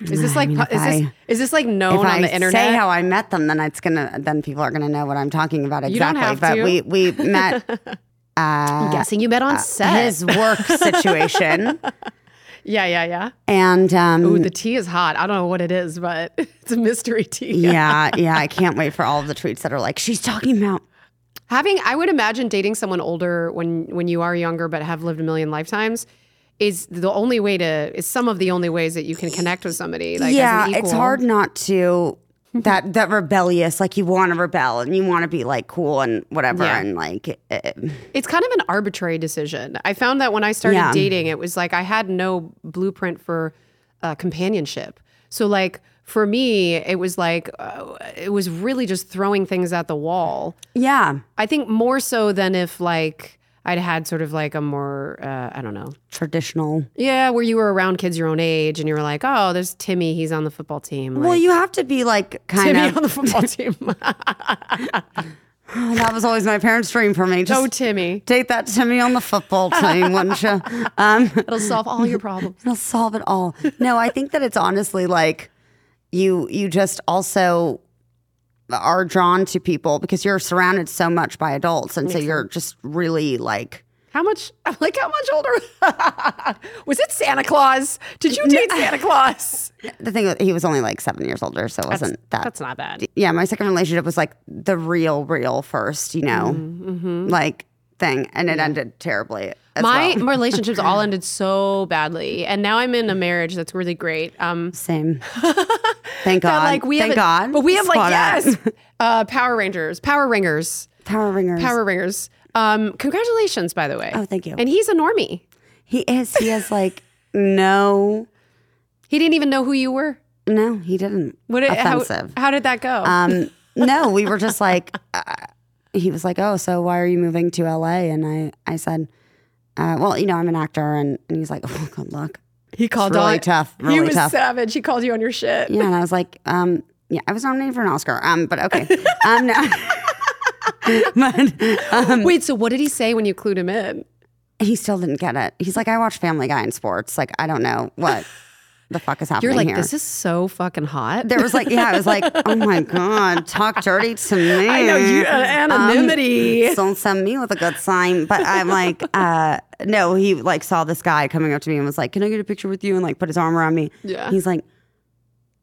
S1: Is this
S2: I
S1: like
S2: mean,
S1: pu-
S2: if
S1: is this
S2: I-
S1: is this like known
S2: if I
S1: on the internet?
S2: say how I met them, then it's gonna, then people are gonna know what I'm talking about exactly.
S1: You don't have
S2: but
S1: to.
S2: we, we met,
S1: I'm
S2: uh,
S1: guessing you met on set.
S2: his work situation.
S1: yeah, yeah, yeah.
S2: And um,
S1: Ooh, the tea is hot. I don't know what it is, but it's a mystery tea.
S2: yeah, yeah, I can't wait for all of the tweets that are like, she's talking about.
S1: Having, I would imagine dating someone older when when you are younger but have lived a million lifetimes is the only way to is some of the only ways that you can connect with somebody. Like as an
S2: yeah, it's
S1: equal.
S2: hard not to that that rebellious. Like you want to rebel and you want to be like cool and whatever
S1: Yeah.
S2: and like eh,
S1: It's kind of an arbitrary decision. I found that when I started
S2: Yeah.
S1: dating, it was like I had no blueprint for uh, companionship. So like for me, it was like uh, it was really just throwing things at the wall.
S2: yeah.
S1: I think more so than if like I'd had sort of like a more uh, I don't know
S2: traditional.
S1: yeah where you were around kids your own age and you were like oh there's Timmy he's on the football team like,
S2: Well, you have to be like kind
S1: Timmy
S2: of.
S1: on the football team
S2: Oh, that was always my parents' dream for me. Just
S1: oh Timmy
S2: take that to me on the football team, wouldn't you? Um,
S1: it'll solve all your problems
S2: it'll solve it all. No, I think that it's honestly like you. You just also are drawn to people because you're surrounded so much by adults, and so you're just really like.
S1: how much I'm like how much older was it Santa Claus did you date Santa Claus
S2: The thing that he was only like seven years older, so it wasn't that.
S1: that's not bad
S2: Yeah, my second relationship was like the real, real first, you know,
S1: Mm-hmm,
S2: like thing, and it ended terribly. As
S1: my
S2: well.
S1: my relationships all ended so badly and now I'm in a marriage that's really great um
S2: Same. Thank God.
S1: but, like we
S2: Thank
S1: have a-
S2: God.
S1: but we have
S2: Spot
S1: like
S2: on.
S1: yes uh, Power Rangers Power Ringers
S2: Power ringers.
S1: Power Ringers. Um, congratulations, by the way.
S2: Oh, thank you.
S1: And he's a normie.
S2: He is. He is like no,
S1: He didn't even know who you were.
S2: no. He didn't.
S1: What? How,
S2: Offensive.
S1: how did that go?
S2: um, no, we were just like. Uh, he was like, "Oh, so why are you moving to LA?" And I, I said, uh, "Well, you know, I'm an actor," and, and he's like, "Oh, good luck."
S1: he called
S2: It's really
S1: on-
S2: tough. Really
S1: he was
S2: tough.
S1: savage. He called you on your shit.
S2: Yeah, and I was like, um, yeah, I was nominated for an Oscar. Um, but okay. Um, no. but um,
S1: Wait. So what did he say when you clued him in?
S2: he still didn't get it. He's like, I watch Family Guy and sports. Like, I don't know what the fuck is happening
S1: You're like,
S2: here.
S1: this is so fucking hot.
S2: there was like, yeah, I was like, oh my god, talk dirty to me. Um,
S1: I know you uh, anonymity.
S2: Don't send me with a good sign. But I'm like, uh, no, he like saw this guy coming up to me and was like, Can I get a picture with you? And like put his arm around me.
S1: Yeah.
S2: He's like,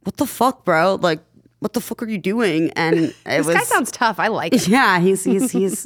S2: What the fuck, bro? Like, what the fuck are you doing? And it
S1: this
S2: was
S1: guy sounds tough. I like. it.
S2: Yeah, he's he's he's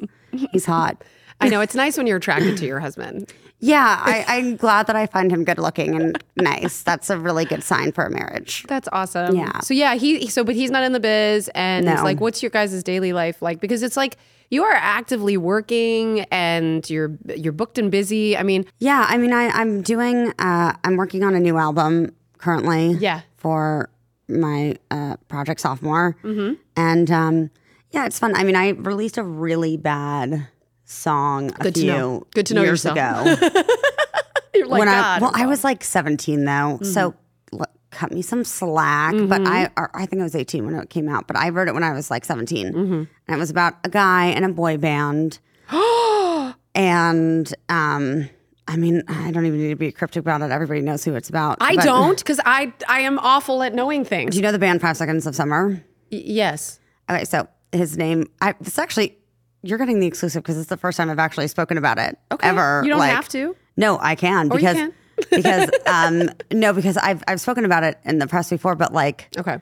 S2: he's hot.
S1: I know it's nice when you're attracted to your husband.
S2: Yeah, I, I'm glad that I find him good looking and nice. That's a really good sign for a marriage.
S1: That's awesome.
S2: Yeah.
S1: So yeah, he so but he's not in the biz and it's
S2: No.
S1: like what's your guys' daily life like? Because it's like you are actively working and you're you're booked and busy. I mean,
S2: Yeah, I mean, I, I'm doing, uh, I'm working on a new album currently.
S1: Yeah.
S2: For my uh, project sophomore. Mm-hmm. And um, yeah, it's fun. I mean, I released a really bad song a
S1: Good to
S2: few
S1: know. Good to know
S2: years
S1: yourself.
S2: ago.
S1: you're like
S2: when I,
S1: Oh God. Mm-hmm.
S2: well, I was like 17 though, so look, cut me some slack. But I, or I think I was 18 when it came out. But I wrote it when I was like 17,
S1: Mm-hmm.
S2: and it was about a guy and a boy band. and um, I mean, I don't even need to be cryptic about it. Everybody knows who it's about.
S1: I
S2: But
S1: don't because I I am awful at knowing
S2: Do
S1: things.
S2: you know the band Five Seconds of Summer?
S1: Y- yes.
S2: Okay, so his name. I, it's actually you're getting the exclusive because it's the first time I've actually spoken about it ever.
S1: You don't
S2: like-
S1: have to.
S2: No, I can
S1: Oh, you
S2: because
S1: can.
S2: because um no because I've I've spoken about it in the press before, but like
S1: Okay.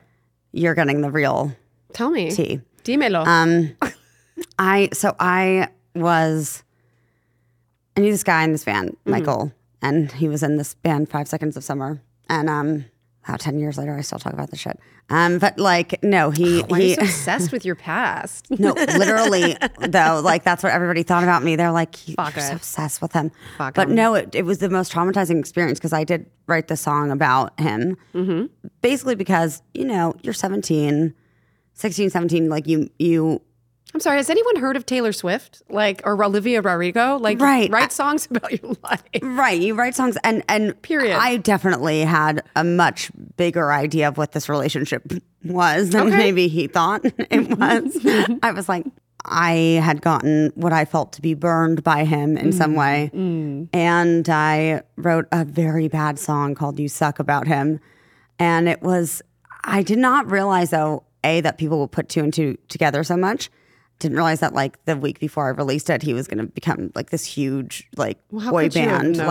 S2: you're getting the real
S1: Tell me.
S2: tea.
S1: Dímelo.
S2: Um, I so I was I knew this guy in this band,
S1: Mm-hmm.
S2: Michael, and he was in this band Five Seconds of Summer, and um. Wow, ten years later, I still talk about this shit. Um, but like, no, he
S1: Why are you
S2: he
S1: so obsessed with your past?
S2: no, literally though, like that's what everybody thought about me. They're like, "You-
S1: Fuck
S2: you're so
S1: it.
S2: obsessed with him.
S1: Fuck
S2: but
S1: him.
S2: no, it, it was the most traumatizing experience because I did write the song about him.
S1: Mm-hmm.
S2: Basically because, you know, you're 17, 16, 17, like you, you,
S1: I'm sorry. Has anyone heard of Taylor Swift? Like or Olivia Rodrigo? Like
S2: Right.
S1: write songs about your life.
S2: right, you write songs and, and
S1: Period.
S2: I definitely had a much bigger idea of what this relationship was than
S1: Okay.
S2: maybe he thought it was. I was like, I had gotten what I felt to be burned by him in some
S1: Mm,
S2: way. and I wrote a very bad song called You Suck about him. And it was, I did not realize though, A, that people would put two and two together so much. Didn't realize that like the week before I released it, he was gonna become like this huge like
S1: how
S2: boy
S1: could you have
S2: band.
S1: known?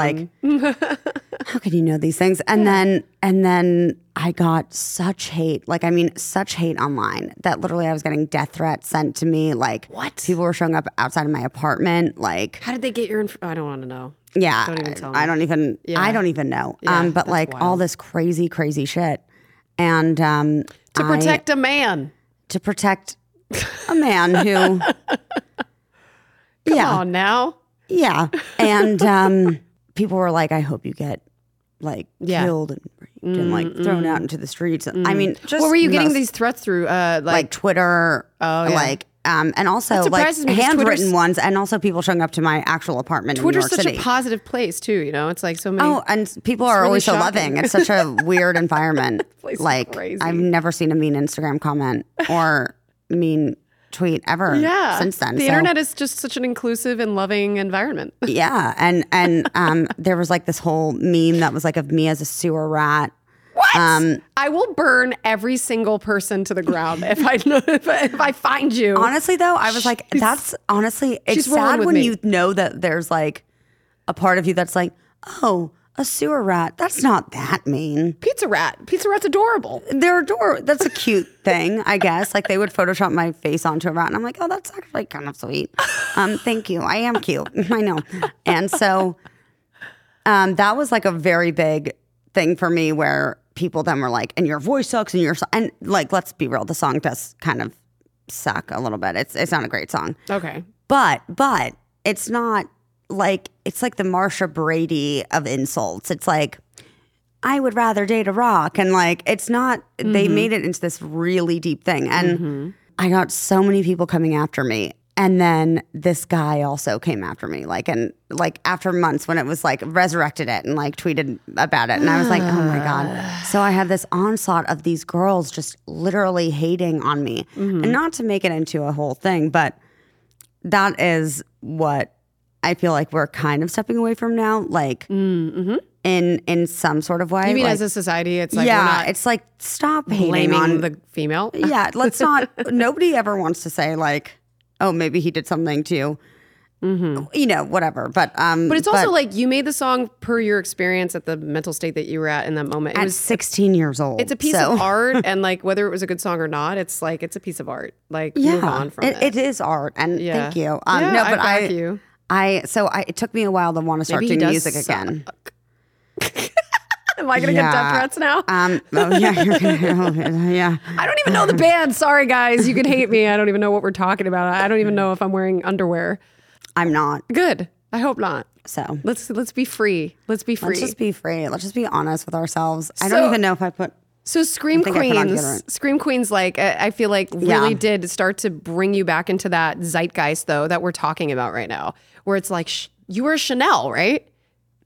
S2: Like how could you know these things? And then and then I got such hate, like I mean such hate online that literally I was getting death threats sent to me. Like
S1: What?
S2: people were showing up outside of my apartment, like
S1: How did they get your? Inf- I don't want to know.
S2: Yeah.
S1: Don't even tell
S2: I
S1: me.
S2: don't even
S1: Yeah.
S2: I don't even know.
S1: Yeah,
S2: um but
S1: that's
S2: like all
S1: wild.
S2: this crazy crazy shit. And um
S1: to
S2: I-
S1: protect a man.
S2: to protect a man who
S1: Come
S2: Yeah.
S1: on now.
S2: Yeah. And um people were like I hope you get like
S1: Yeah. Mm-hmm.
S2: killed and raped and like thrown out into the streets. I mean, just
S1: What were you getting
S2: most-
S1: these threats through? Uh,
S2: like,
S1: like,
S2: Twitter,
S1: Oh, yeah.
S2: like um, and also
S1: That
S2: like
S1: surprises me 'cause
S2: handwritten
S1: Twitter's-
S2: ones, and also people showing up to my actual apartment in
S1: Twitter's
S2: New York
S1: such
S2: City.
S1: a positive place too. You know, it's like so many.
S2: oh, and people are
S1: really
S2: always so
S1: shocking.
S2: loving. It's such a weird environment.
S1: place is
S2: like
S1: crazy.
S2: I've never seen a mean Instagram comment or mean tweet ever.
S1: yeah.
S2: since then,
S1: the
S2: So,
S1: internet is just such an inclusive and loving environment.
S2: Yeah, and and um, there was like this whole meme that was like of me as a sewer rat.
S1: What?
S2: Um,
S1: I will burn every single person to the ground if I if I, if I find you.
S2: Honestly, though, I was like, that's honestly, it's
S1: she's rolling
S2: sad
S1: with
S2: when
S1: me.
S2: you know that there's like a part of you that's like, oh, a sewer rat. That's not that mean.
S1: Pizza rat. Pizza rat's adorable.
S2: They're adorable. That's a cute thing, I guess. Like they would Photoshop my face onto a rat, and I'm like, oh, that's actually kind of sweet. Um, thank you. I am cute. I know. And so, um, that was like a very big thing for me, where people then were like, and your voice sucks, and your so-, and like, let's be real, the song does kind of suck a little bit. It's it's not a great song.
S1: Okay.
S2: But but it's not like it's like the Marsha Brady of insults. It's like I would rather date a rock and like it's not they made it into this really deep thing and I got so many people coming after me. And then this guy also came after me, like and like after months when it was like resurrected it and like tweeted about it, and I was like, oh my god! So I had this onslaught of these girls just literally hating on me, and not to make it into a whole thing, but that is what I feel like we're kind of stepping away from now, like in in some sort of way.
S1: I Mm-hmm. mean,
S2: like,
S1: as a society, it's like
S2: yeah,
S1: yeah,
S2: it's like stop
S1: we're not
S2: blaming
S1: blaming
S2: on.
S1: the female.
S2: yeah, let's not. nobody ever wants to say like, oh, maybe he did something to you. You know, whatever. But um,
S1: Mm-hmm. But it's also like you made the song per your experience at the mental state that you were at in that moment. It
S2: at
S1: was
S2: sixteen years old.
S1: it's a piece
S2: so-
S1: of art, and like whether it was a good song or not, it's like it's a piece of art. Like move on from it.
S2: it is art, and
S1: Yeah.
S2: thank you. Um,
S1: Yeah,
S2: no,
S1: I
S2: but I,
S1: back you.
S2: I, so I, it took me a while to want to start
S1: Maybe he
S2: doing
S1: does
S2: music
S1: suck.
S2: again.
S1: Am I gonna get death
S2: Yeah.
S1: threats now?
S2: Um, oh, yeah, you're gonna, yeah.
S1: I don't even know the band. Sorry, guys. You can hate me. I don't even know what we're talking about. I don't even know if I'm wearing underwear.
S2: I'm not.
S1: Good. I hope not.
S2: So
S1: Let's let's be free. Let's be free.
S2: Let's just be free. Let's just be honest with ourselves. I
S1: So-
S2: don't even know if I put.
S1: So Scream
S2: think I put on
S1: Queens,
S2: deodorant.
S1: Scream Queens, like I I feel like really
S2: Yeah.
S1: did start to bring you back into that zeitgeist though that we're talking about right now, where it's like sh- you were Chanel, right?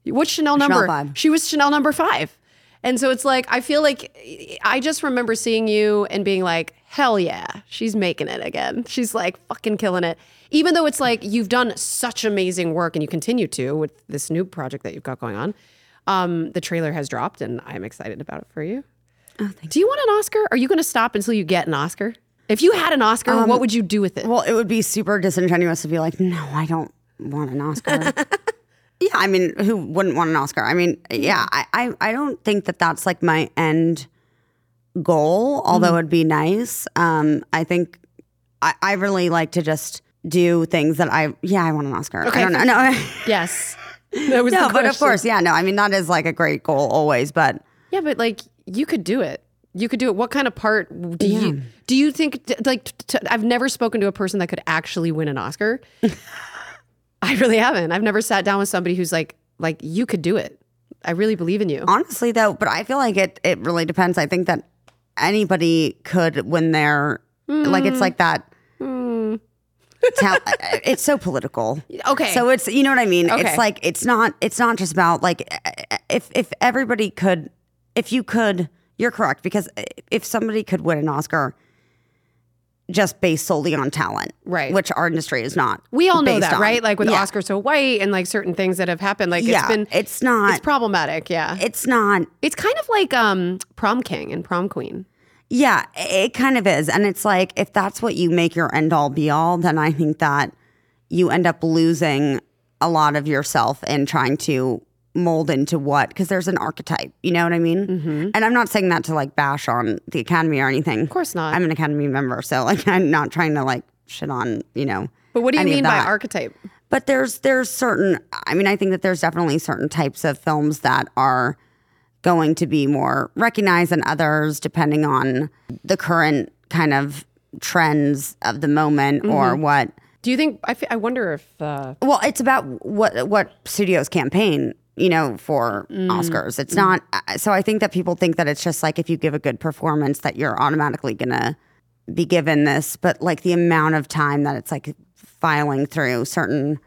S1: What's Chanel number?
S2: five.
S1: She was Chanel number five, and so it's like I feel like I just remember seeing you and being like, hell yeah, she's making it again. She's like fucking killing it. Even though it's like you've done such amazing work and you continue to with this new project that you've got going on. Um, the trailer has dropped and I'm excited about it for you. Do you want an Oscar? Are you going to stop until you get an Oscar? If you had an Oscar, what would you do with it?
S2: Um, Well, it would be super disingenuous to be like, no, I don't want an Oscar. yeah, I mean, who wouldn't want an Oscar? I mean, yeah, I, I, I don't think that that's like my end goal, although
S1: Mm-hmm.
S2: it'd be nice. Um, I think I, I really like to just do things that I, yeah, I want an Oscar.
S1: Okay,
S2: I don't know. No,
S1: yes. That was the
S2: no but of
S1: question.
S2: course, yeah, no, I mean, that is like a great goal always, but.
S1: Yeah, but like you could do it. You could do it. What kind of part do you do you think t- like t- t- I've never spoken to a person that could actually win an Oscar. I really haven't. I've never sat down with somebody who's like like you could do it. I really believe in you.
S2: honestly though but i feel like it it really depends i think that anybody could when they're like
S1: Hmm.
S2: it's like that Tal- it's so political
S1: Okay.
S2: so it's you know what i mean
S1: Okay.
S2: it's like it's not it's not just about like e, if if everybody could if you could you're correct because if somebody could win an oscar just based solely on talent
S1: Right.
S2: which our industry is not
S1: we all know
S2: based
S1: that,
S2: on.
S1: right? Like with
S2: Yeah.
S1: Oscar so white and like certain things that have happened like
S2: yeah
S1: it's been it's,
S2: it's not
S1: problematic, yeah.
S2: it's not
S1: It's kind of like um, prom king and prom queen.
S2: Yeah, it kind of is. And it's like, if that's what you make your end all be all, then I think that you end up losing a lot of yourself in trying to mold into what, because there's an archetype. You know what I mean? And I'm not saying that to like bash on the academy or anything. Of
S1: Mm-hmm. course not.
S2: I'm an academy member. So like, I'm not trying to like shit on, you know.
S1: But what do you
S2: any of
S1: mean by
S2: that.
S1: archetype?
S2: But there's there's certain I mean I think that there's definitely certain types of films that are going to be more recognized than others depending on the current kind of trends of the moment or what
S1: Do you think? I, f- I wonder if uh,
S2: well it's about what what studios campaign you know for
S1: Mm.
S2: oscars it's not uh, so i think that people think that it's just like if you give a good performance that you're automatically gonna be given this but like the amount of time that it's like filing through certain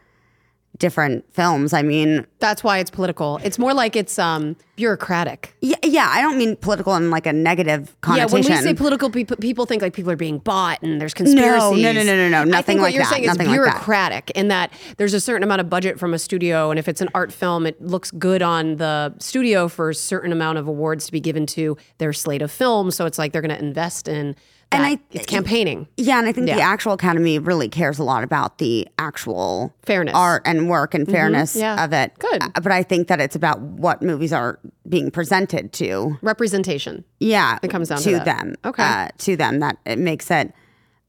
S2: different films i mean
S1: that's why it's political. It's more like it's um, bureaucratic.
S2: yeah, yeah i don't mean political in like a negative
S1: Yeah,
S2: connotation
S1: when we say political, people people think like people are being bought and there's conspiracies.
S2: no, no, no, no, nothing
S1: I think what
S2: like
S1: you're
S2: that,
S1: saying is
S2: nothing like that.
S1: bureaucratic in that there's a certain amount of budget from a studio, and if it's an art film, it looks good on the studio for a certain amount of awards to be given to their slate of films. So it's like they're going to invest in. That.
S2: And
S1: And
S2: I-
S1: it's campaigning.
S2: Yeah, and I think the actual academy really cares a lot about the actual
S1: Fairness. Mm-hmm.
S2: art and work and fairness
S1: Yeah.
S2: of it.
S1: Good.
S2: Uh, But I think that it's about what movies are being presented to.
S1: representation.
S2: Yeah, it
S1: comes down to that.
S2: them.
S1: Okay.
S2: uh, to them that it makes it.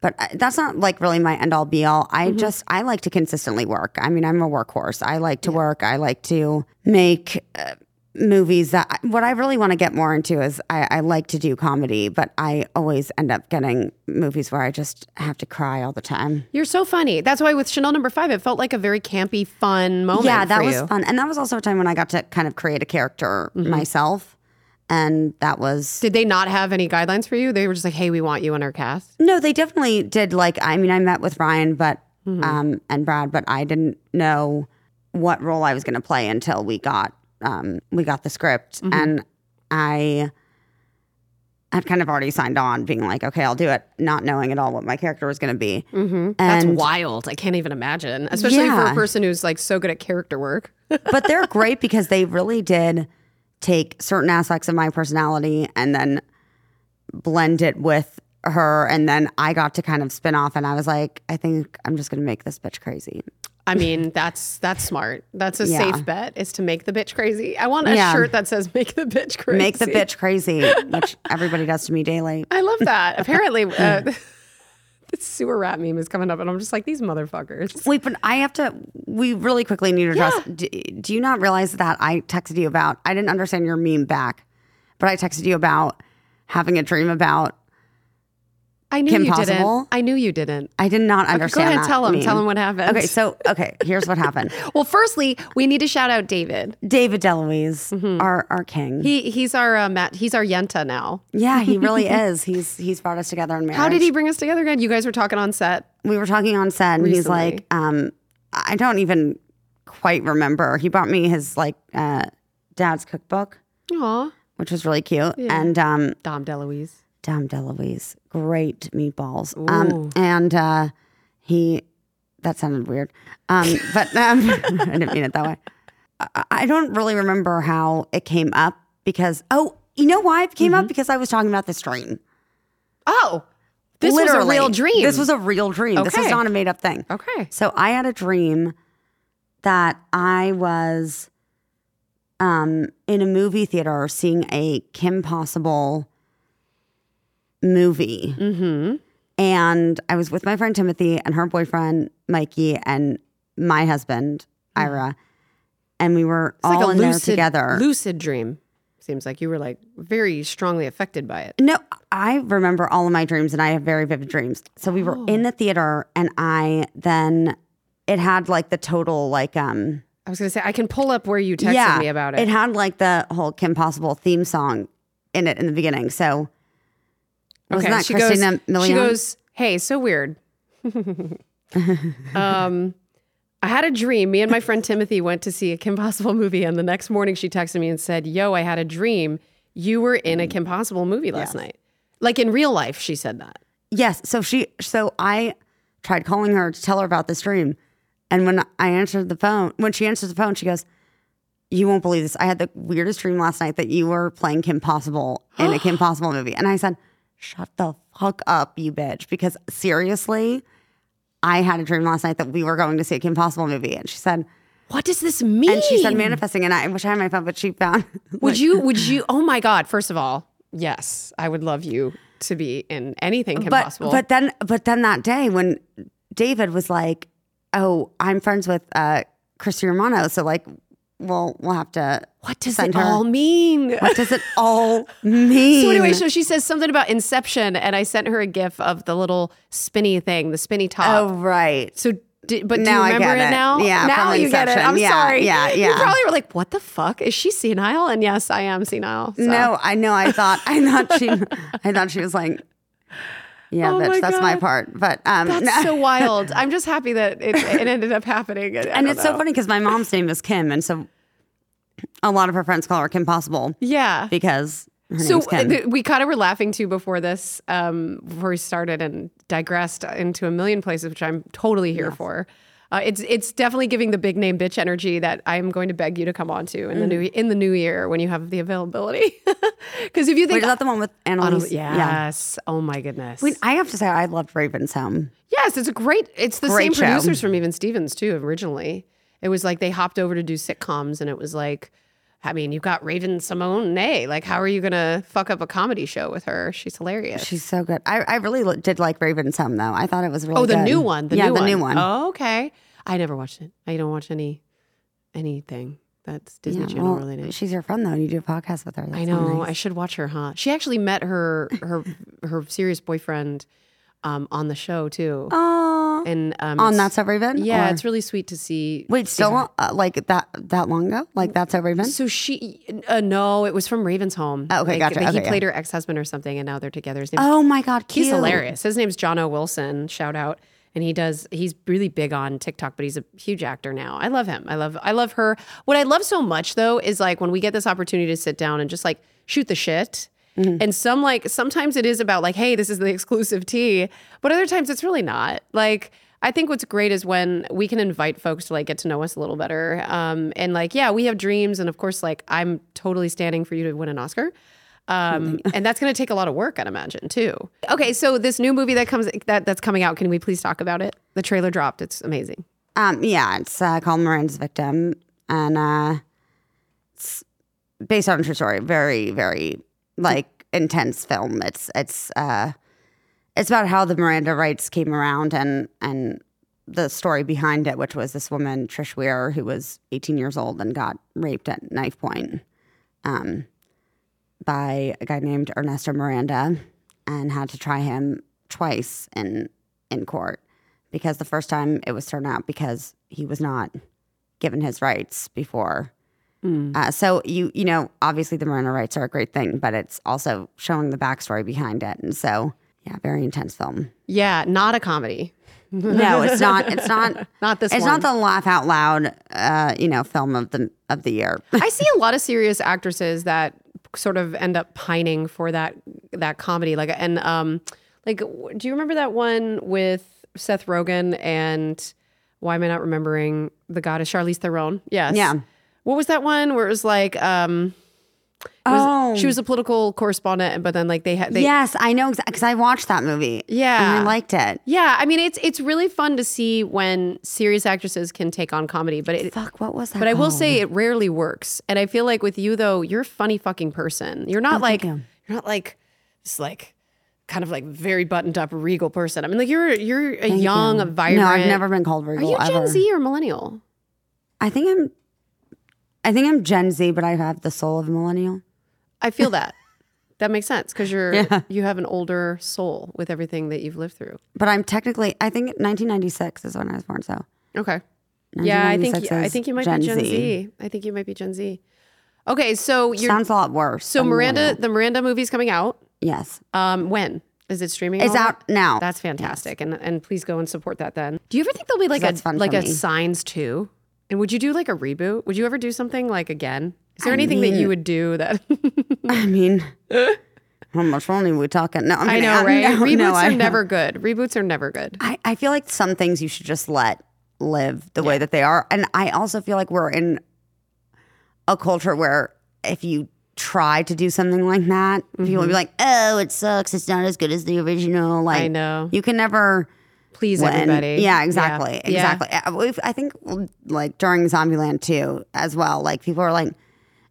S2: But I- that's not like really my end all be all. I
S1: Mm-hmm.
S2: just I like to consistently work. I mean, I'm a workhorse. I like to work. I like to make. Uh, movies that what i really want to get more into is I, I like to do comedy but i always end up getting movies where i just have to cry all the time
S1: You're so funny. That's why with Chanel number five, it felt like a very campy, fun moment.
S2: yeah that
S1: for
S2: was
S1: you. Mm-hmm.
S2: fun and that was also a time when i got to kind of create a character myself and that was
S1: Did they not have any guidelines for you? They were just like, "Hey, we want you in our cast."
S2: No, they definitely did. Like, I mean, I met with Ryan, but um, and Brad, but I didn't know what role I was going to play until we got um, we got the script, and I had kind of already signed on, being like, okay, I'll do it, not knowing at all what my character was going to be. Mm-hmm.
S1: That's
S2: And
S1: wild. I can't even imagine, especially for
S2: Yeah.
S1: a person who's like so good at character work.
S2: but they're great because they really did take certain aspects of my personality and then blend it with her and then I got to kind of spin off and I was like I think I'm just going to make this bitch crazy.
S1: I mean, that's that's smart. That's a
S2: Yeah.
S1: safe bet is to make the bitch crazy. I want a
S2: Yeah.
S1: shirt that says "Make the bitch crazy."
S2: Make the bitch crazy, which everybody does to me daily.
S1: I love that. Apparently, uh, the sewer rat meme is coming up, and I'm just like, these motherfuckers.
S2: Wait, but I have to. We really quickly need to address. Do, do you not realize that I texted you about? I didn't understand your meme back, but I texted you about having a dream about.
S1: I knew
S2: Kim
S1: you
S2: Possible?
S1: didn't. I knew you didn't.
S2: I did not
S1: Go
S2: understand.
S1: ahead,
S2: that
S1: tell him.
S2: meme.
S1: Tell him what happened.
S2: Okay, so okay, here's what happened.
S1: Well, firstly, we need to shout out David.
S2: David DeLuise,
S1: Mm-hmm.
S2: our our king.
S1: He he's our uh, Matt. He's our Yenta now.
S2: yeah, he really is. He's he's brought us together in marriage.
S1: How did he bring us together again? You guys were talking on set.
S2: we were talking on set and he's
S1: Recently.
S2: like um i don't even quite remember he brought me his like uh dad's cookbook
S1: Aw,
S2: which was really cute and um
S1: Dom DeLuise.
S2: dom deluise great meatballs um and uh he that sounded weird um but um i didn't mean it that way I, I don't really remember how it came up because oh you know why it came up
S1: Mm-hmm.
S2: because i was talking about this dream
S1: Oh, this
S2: Literally.
S1: was a real dream.
S2: this was a real dream this was
S1: Okay.
S2: not a made-up thing
S1: okay.
S2: So I had a dream that I was um, in a movie theater seeing a Kim Possible movie.
S1: Mm-hmm.
S2: And I was with my friend Timothy and her boyfriend Mikey and my husband, Ira. And we were all in there together.
S1: lucid dream. Seems like you were like very strongly affected by it.
S2: No, I remember all of my dreams and I have very vivid dreams. So we were in the theater and I then it had like the total like um
S1: I was gonna say I can pull up where you texted me about it.
S2: It had like the whole Kim Possible theme song in it in the beginning. So wasn't that
S1: she
S2: Christina
S1: goes.
S2: Milian?
S1: She goes. Hey, so weird. um, I had a dream. Me and my friend Timothy went to see a Kim Possible movie, and the next morning she texted me and said, "Yo, I had a dream. You were in a Kim Possible movie last night. Like in real life." She said that.
S2: yes. So she so I tried calling her to tell her about this dream. And when I answered the phone, when she answers the phone, she goes, You won't believe this. I had the weirdest dream last night that you were playing Kim Possible in a Kim Possible movie. And I said, Shut the fuck up, you bitch. Because seriously, I had a dream last night that we were going to see a Kim Possible movie. And she said,
S1: What does this mean?
S2: and she said manifesting, and I wish I had my phone, but she found
S1: Would you? Would you? Oh my God! First of all, yes, I would love you to be in anything Kim
S2: but
S1: Possible.
S2: but then but then that day when David was like, oh, I'm friends with uh, Christy Romano, so like, well, we'll have to.
S1: What does
S2: send
S1: it
S2: her.
S1: all mean?
S2: What does it all mean?
S1: So anyway, so she says something about Inception, and I sent her a gif of the little spinny thing, the spinny top.
S2: oh right.
S1: So, di- but do
S2: Now
S1: you
S2: I
S1: remember
S2: get
S1: it,
S2: it.
S1: now?
S2: Yeah,
S1: now
S2: from
S1: you get it.
S2: Inception.
S1: I'm
S2: Yeah,
S1: sorry.
S2: yeah,
S1: You
S2: yeah.
S1: probably were like, "What the fuck is she senile?" And yes, I am senile. so.
S2: No, I know. I thought. I thought she. I thought she was like. Yeah,
S1: Oh
S2: bitch.
S1: my
S2: that's my
S1: God.
S2: part. But um,
S1: that's
S2: no.
S1: so wild. I'm just happy that it, it ended up happening. I- I
S2: and
S1: don't
S2: it's
S1: know.
S2: so funny because my mom's name is Kim, and so a lot of her friends call her Kim Possible
S1: Yeah.
S2: because her
S1: So uh,
S2: name's Kim.
S1: th- we kind of were laughing too before this, um, before we started and digressed into a million places, which I'm totally here for. Uh, it's it's definitely giving the big name bitch energy that I'm going to beg you to come on to in the new in the new year when you have the availability. Because if you
S2: Wait,
S1: think,
S2: is that the one with
S1: Oh,
S2: Annalise?
S1: yes, oh my goodness,
S2: Wait, I have to say, I loved Raven's Home.
S1: yes, it's a great. It's the
S2: Great
S1: same
S2: show.
S1: producers from Even Stevens too. Originally, it was like they hopped over to do sitcoms, and it was like. I mean, you've got Raven Simone Nay. Like, how are you going to fuck up a comedy show with her? She's hilarious.
S2: She's so good. I, I really li- did like Raven's Home, though. I thought it was really
S1: Oh, the
S2: good.
S1: new one. The
S2: yeah,
S1: new
S2: the
S1: one.
S2: new one.
S1: Oh, okay. I never watched it. I don't watch any anything that's Disney
S2: Yeah,
S1: Channel
S2: well,
S1: related.
S2: She's your friend, though, and you do a podcast with her. That's
S1: I
S2: so
S1: know.
S2: nice.
S1: I should watch her, huh? She actually met her her her serious boyfriend um, on the show too.
S2: Oh,
S1: And um,
S2: on
S1: it's-
S2: That's Over Raven?
S1: yeah,
S2: Or-
S1: it's really sweet to see.
S2: Wait, still uh, like that that long ago? Like That's Over Raven?
S1: So she uh, no, it was from Raven's Home.
S2: Oh, okay, gotcha.
S1: He
S2: Okay, yeah.
S1: played her ex husband or something, and now they're together. His name's
S2: Oh my God, cute.
S1: He's hilarious. His name's John O. Wilson. Shout out. And he does. He's really big on TikTok, but he's a huge actor now. I love him. I love. I love her. What I love so much though is like when we get this opportunity to sit down and just like shoot the shit. And some like sometimes it is about like, hey, this is the exclusive tea, but other times it's really not. Like I think what's great is when we can invite folks to like get to know us a little better. Um, and like, yeah, we have dreams, and of course, like I'm totally standing for you to win an Oscar. Um, and that's going to take a lot of work, I'd imagine, too. Okay, so this new movie that comes that that's coming out, can we please talk about it? The trailer dropped. It's amazing.
S2: Um, yeah, it's uh, called Marin's Victim, and uh, it's based on a true story. Very, very like intense film. It's it's uh, it's about how the Miranda rights came around and and the story behind it, which was this woman Trish Weir who was 18 years old and got raped at knife point um, by a guy named Ernesto Miranda and had to try him twice in in court because the first time it was thrown out because he was not given his rights before. Uh, so you you know obviously the Miranda rights are a great thing, but it's also showing the backstory behind it, and so yeah, very intense film.
S1: Yeah, not a comedy.
S2: No, it's not. It's not.
S1: Not this
S2: It's
S1: one.
S2: not the laugh out loud, uh, you know, film of the of the year.
S1: I see a lot of serious actresses that sort of end up pining for that that comedy. Like and um like w- do you remember that one with Seth Rogen and why am I not remembering the goddess Charlize Theron? Yes.
S2: Yeah.
S1: What was that one where it was like um it was- she was a political correspondent but then like they had Oh, they
S2: yes, I know because I watched that movie. and
S1: Yeah.
S2: I liked it.
S1: Yeah, I mean it's it's really fun to see when serious actresses can take on comedy, but it,
S2: Fuck, what was that?
S1: but I will
S2: called?
S1: say it rarely works. And I feel like with you though, you're a funny fucking person. You're not like you.
S2: Oh,
S1: are
S2: you.
S1: not like this like kind of like very buttoned up regal person. I mean like you're you're a young, a vibrant.
S2: no, I've never been called
S1: Are
S2: regal
S1: you Gen
S2: ever.
S1: Z or millennial?
S2: I think I'm. I think I'm Gen Z, but I have the soul of a millennial.
S1: I feel that. that makes sense because you're you have an older soul with everything that you've lived through.
S2: But I'm technically, I think 1996 is when I was born. So
S1: Okay. Yeah, I think
S2: 1996
S1: I
S2: is
S1: think you might
S2: Gen
S1: be Gen Z.
S2: Z.
S1: I think you might be Gen Z. Okay, so you're
S2: sounds a lot worse.
S1: So
S2: than
S1: Miranda,
S2: millennial.
S1: the Miranda movie's coming out.
S2: yes,
S1: Um, when is it streaming?
S2: it's
S1: all that?
S2: out now.
S1: That's fantastic, and and please go and support that. Then, do you ever think there'll be like a
S2: That's fun
S1: like
S2: for
S1: a
S2: me.
S1: Signs two? And would you do like a reboot? Would you ever do something like again? Is there anything that you would do that?
S2: I mean, how much money we talking? No, I'm
S1: I
S2: kidding.
S1: know,
S2: Um,
S1: right?
S2: no,
S1: Reboots
S2: no,
S1: are
S2: I-
S1: never good. Reboots are never good.
S2: I, I feel like some things you should just let live the way that they are. And I also feel like we're in a culture where if you try to do something like that, people will be like, oh, it sucks. It's not as good as the original. Like,
S1: Mm-hmm. I know.
S2: You can never
S1: Please,
S2: win.
S1: everybody.
S2: Yeah, exactly. Uh,
S1: Yeah. Yeah.
S2: Exactly. I- we've- I think, like, during Zombieland 2 as well, like, people are like,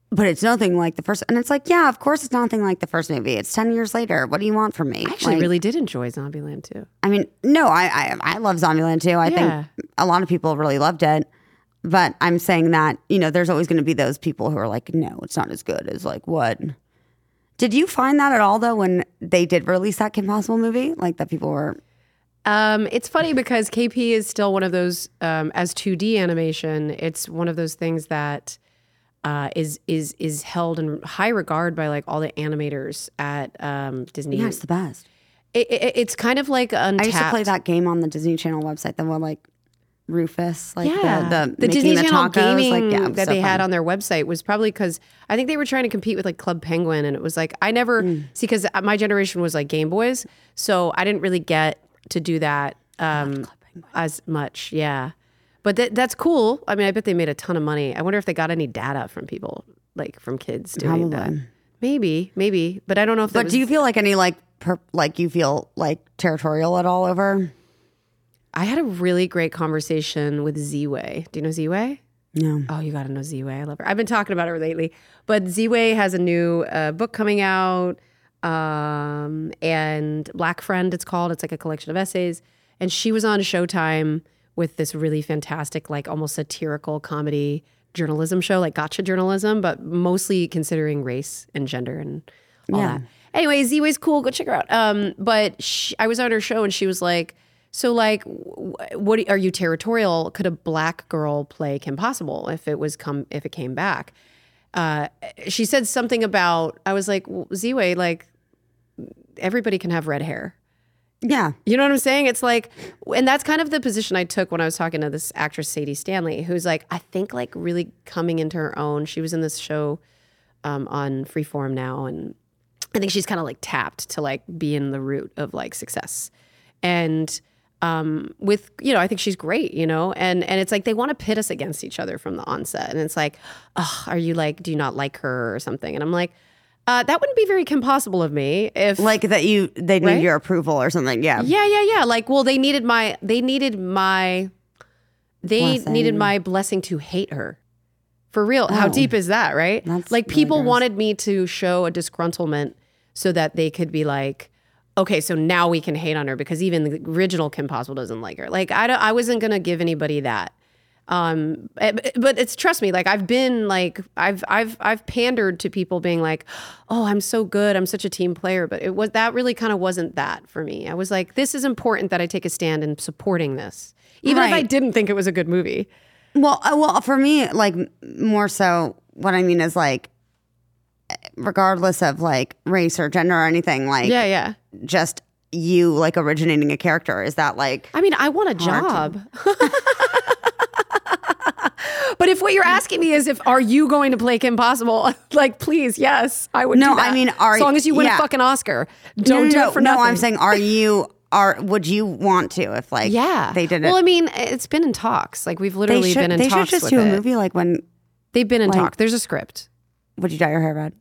S2: but it's nothing like the first. And it's like, yeah, of course, it's nothing like the first movie. It's ten years later. What do you want from me?
S1: I actually
S2: Like,
S1: really did enjoy Zombieland too.
S2: I mean, no, I I, I love Zombieland too. I
S1: Yeah.
S2: think a lot of people really loved it. But I'm saying that you know, there's always going to be those people who are like, no, it's not as good as like what. Did you find that at all though when they did release that Kim Possible movie? Like that people were
S1: Um, it's funny because KP is still one of those um, as 2D animation. It's one of those things that uh, is is is held in high regard by like all the animators at um, Disney.
S2: yeah, it's the best.
S1: It, it- it's kind of like untapped.
S2: I used to play that game on the Disney Channel website, the one like Rufus, like
S1: yeah,
S2: the, the, making
S1: Disney
S2: the
S1: Channel
S2: tacos.
S1: gaming
S2: like, yeah, it was
S1: that
S2: so
S1: they had
S2: fun.
S1: on their website was probably because I think they were trying to compete with like Club Penguin, and it was like I never
S2: Mm.
S1: see because my generation was like Game Boys, so I didn't really get to do that um, as much. Yeah, but that that's cool. I mean, I bet they made a ton of money. I wonder if they got any data from people like from kids doing that. Maybe, maybe, but I don't know if. that
S2: But
S1: was-
S2: do you feel like any like per, like you feel like territorial at all over?
S1: I had a really great conversation with Z Way. Do you know Z Way?
S2: No.
S1: Oh, you got to know Z Way. I love her. I've been talking about her lately. But Z Way has a new uh, book coming out, um, and Black Friend, it's called. It's like a collection of essays. And she was on Showtime with this really fantastic, like almost satirical comedy journalism show, like gotcha journalism, but mostly considering race and gender and all that. Anyway, Z Way's cool. Go check her out. Um, but she, I was on her show and she was like, so, like, w- what are you territorial? Could a black girl play Kim Possible if it was come if it came back? Uh, she said something about I was like Z Way, like everybody can have red hair.
S2: Yeah.
S1: You know what I'm saying? It's like, and that's kind of the position I took when I was talking to this actress Sadie Stanley, who's like, I think like really coming into her own. She was in this show um, on Freeform now, and I think she's kind of like tapped to like be in the root of like success, and um, with you know, I think she's great, you know, and and it's like they want to pit us against each other from the onset, and it's like, oh, are you like, do you not like her or something? And I'm like, uh, that wouldn't be very Kim Possible of me if
S2: Like that you they need
S1: Right?
S2: your approval or something. Yeah.
S1: yeah, yeah, yeah. Like, well, they needed my they needed my they
S2: Blessing.
S1: needed my blessing to hate her. For real. How
S2: Oh.
S1: deep is that, right?
S2: That's
S1: like
S2: really
S1: people
S2: gross.
S1: wanted me to show a disgruntlement so that they could be like, okay, so now we can hate on her because even the original Kim Possible doesn't like her. Like I don't, I wasn't gonna give anybody that. Um, but but it's trust me, like I've been like I've I've I've pandered to people being like, oh, I'm so good, I'm such a team player, but it was that really kind of wasn't that for me. I was like, this is important that I take a stand in supporting this, even if I
S2: Right.
S1: didn't think it was a good movie.
S2: Well, uh, well, for me, like m- more so, what I mean is like, regardless of like race or gender or anything, like
S1: Yeah, yeah.
S2: just you like originating a character is that like
S1: I mean, I want a job. but if what you're asking me is if are you going to play Kim Possible, like please, yes, I would.
S2: No,
S1: do that.
S2: I mean, are-
S1: as long as you win a
S2: yeah.
S1: fucking Oscar, don't
S2: no,
S1: do
S2: no,
S1: it for
S2: no,
S1: nothing.
S2: I'm saying, are you are would you want to if like
S1: yeah,
S2: they did it?
S1: Well, I mean, it's been in talks. Like we've
S2: they
S1: literally
S2: should
S1: been in
S2: they should
S1: talks
S2: just
S1: with
S2: do a
S1: it.
S2: movie like when
S1: They've been in talk. There's a script.
S2: would you dye your hair red?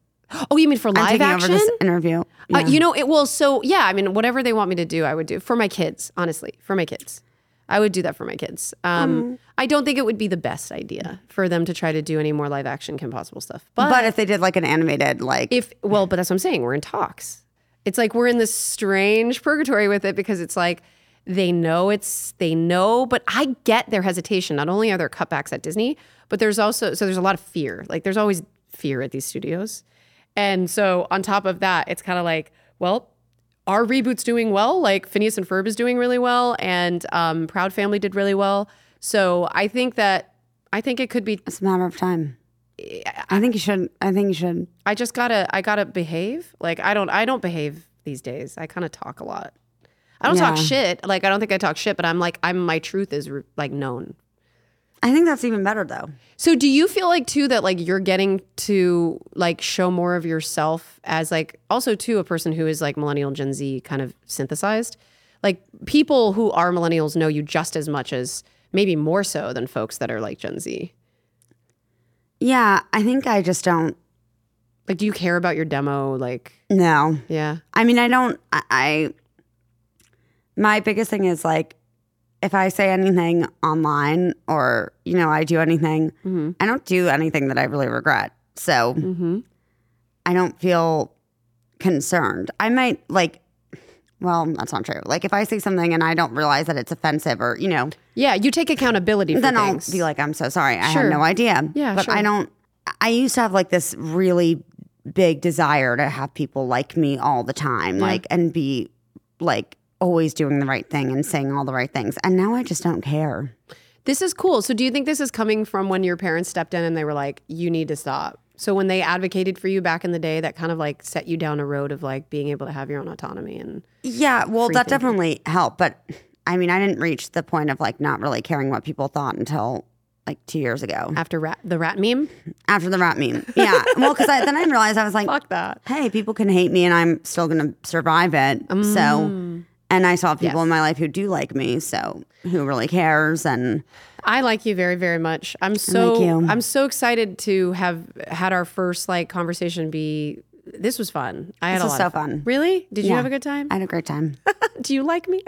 S1: Oh, you mean for
S2: I'm
S1: live
S2: taking
S1: action?
S2: over this interview.
S1: Uh,
S2: Yeah.
S1: you know, it will. So yeah, I mean, whatever they want me to do, I would do for my kids. Honestly, for my kids, I would do that for my kids. Um, I don't think it would be the best idea for them to try to do any more live action Kim Possible stuff. But,
S2: but if they did like an animated like
S1: if well, but that's what I'm saying. We're in talks. It's like we're in this strange purgatory with it because it's like they know it's they know, but I get their hesitation. Not only are there cutbacks at Disney, but there's also so there's a lot of fear. Like there's always fear at these studios. And so on top of that, it's kind of like, well, our reboot's doing well. Like Phineas and Ferb is doing really well, and um, Proud Family did really well. So I think that I think it could be.
S2: it's a matter of time. I think you should. I think you should.
S1: I just gotta I gotta behave. Like I don't I don't behave these days. I kind of talk a lot. I don't talk
S2: Yeah.
S1: shit. Like I don't think I talk shit, but I'm like I'm my truth is like known.
S2: I think that's even better though.
S1: So do you feel like too that like you're getting to like show more of yourself as like also too a person who is like millennial Gen Z kind of synthesized? Like people who are millennials know you just as much as maybe more so than folks that are like Gen Z.
S2: Yeah, I think I just don't
S1: Like do you care about your demo like
S2: know.
S1: yeah.
S2: I mean, I don't. I, I my biggest thing is like if I say
S1: Mm-hmm.
S2: anything online or you know I do anything, I don't do anything that I really regret. So I don't feel concerned. I might like, well, that's not true. Like if I say something and I don't realize that it's offensive or, you know,
S1: Yeah, you take accountability for
S2: then
S1: things.
S2: I'll be like, I'm so sorry. I
S1: Sure.
S2: had no idea.
S1: Yeah,
S2: But
S1: sure.
S2: I don't, I used to have like this really big desire to have people like me all the time, like, and be like always doing the right thing and saying all the right things. And now I just don't care.
S1: this is cool. So do you think this is coming from when your parents stepped in and they were like, you need to stop? So when they advocated for you back in the day, that kind of like set you down a road of like being able to have your own autonomy and
S2: Yeah. Well, that definitely helped. But I mean, I didn't reach the point of like not really caring what people thought until like two years ago
S1: after rat, the rat meme?
S2: after the rat meme. Yeah. well, because I, then I realized I was like,
S1: Fuck that.
S2: hey, people can hate me and I'm still going to survive it.
S1: Mm.
S2: So, and I saw people in my life who do like me. So, who really cares? And
S1: I like you very, very much. I'm so
S2: you.
S1: I'm so excited to have had our first like conversation be this was fun. I had
S2: This
S1: a
S2: was
S1: lot
S2: so
S1: of fun.
S2: fun.
S1: Really? Did you have a good time?
S2: I had a great time.
S1: Do you like me?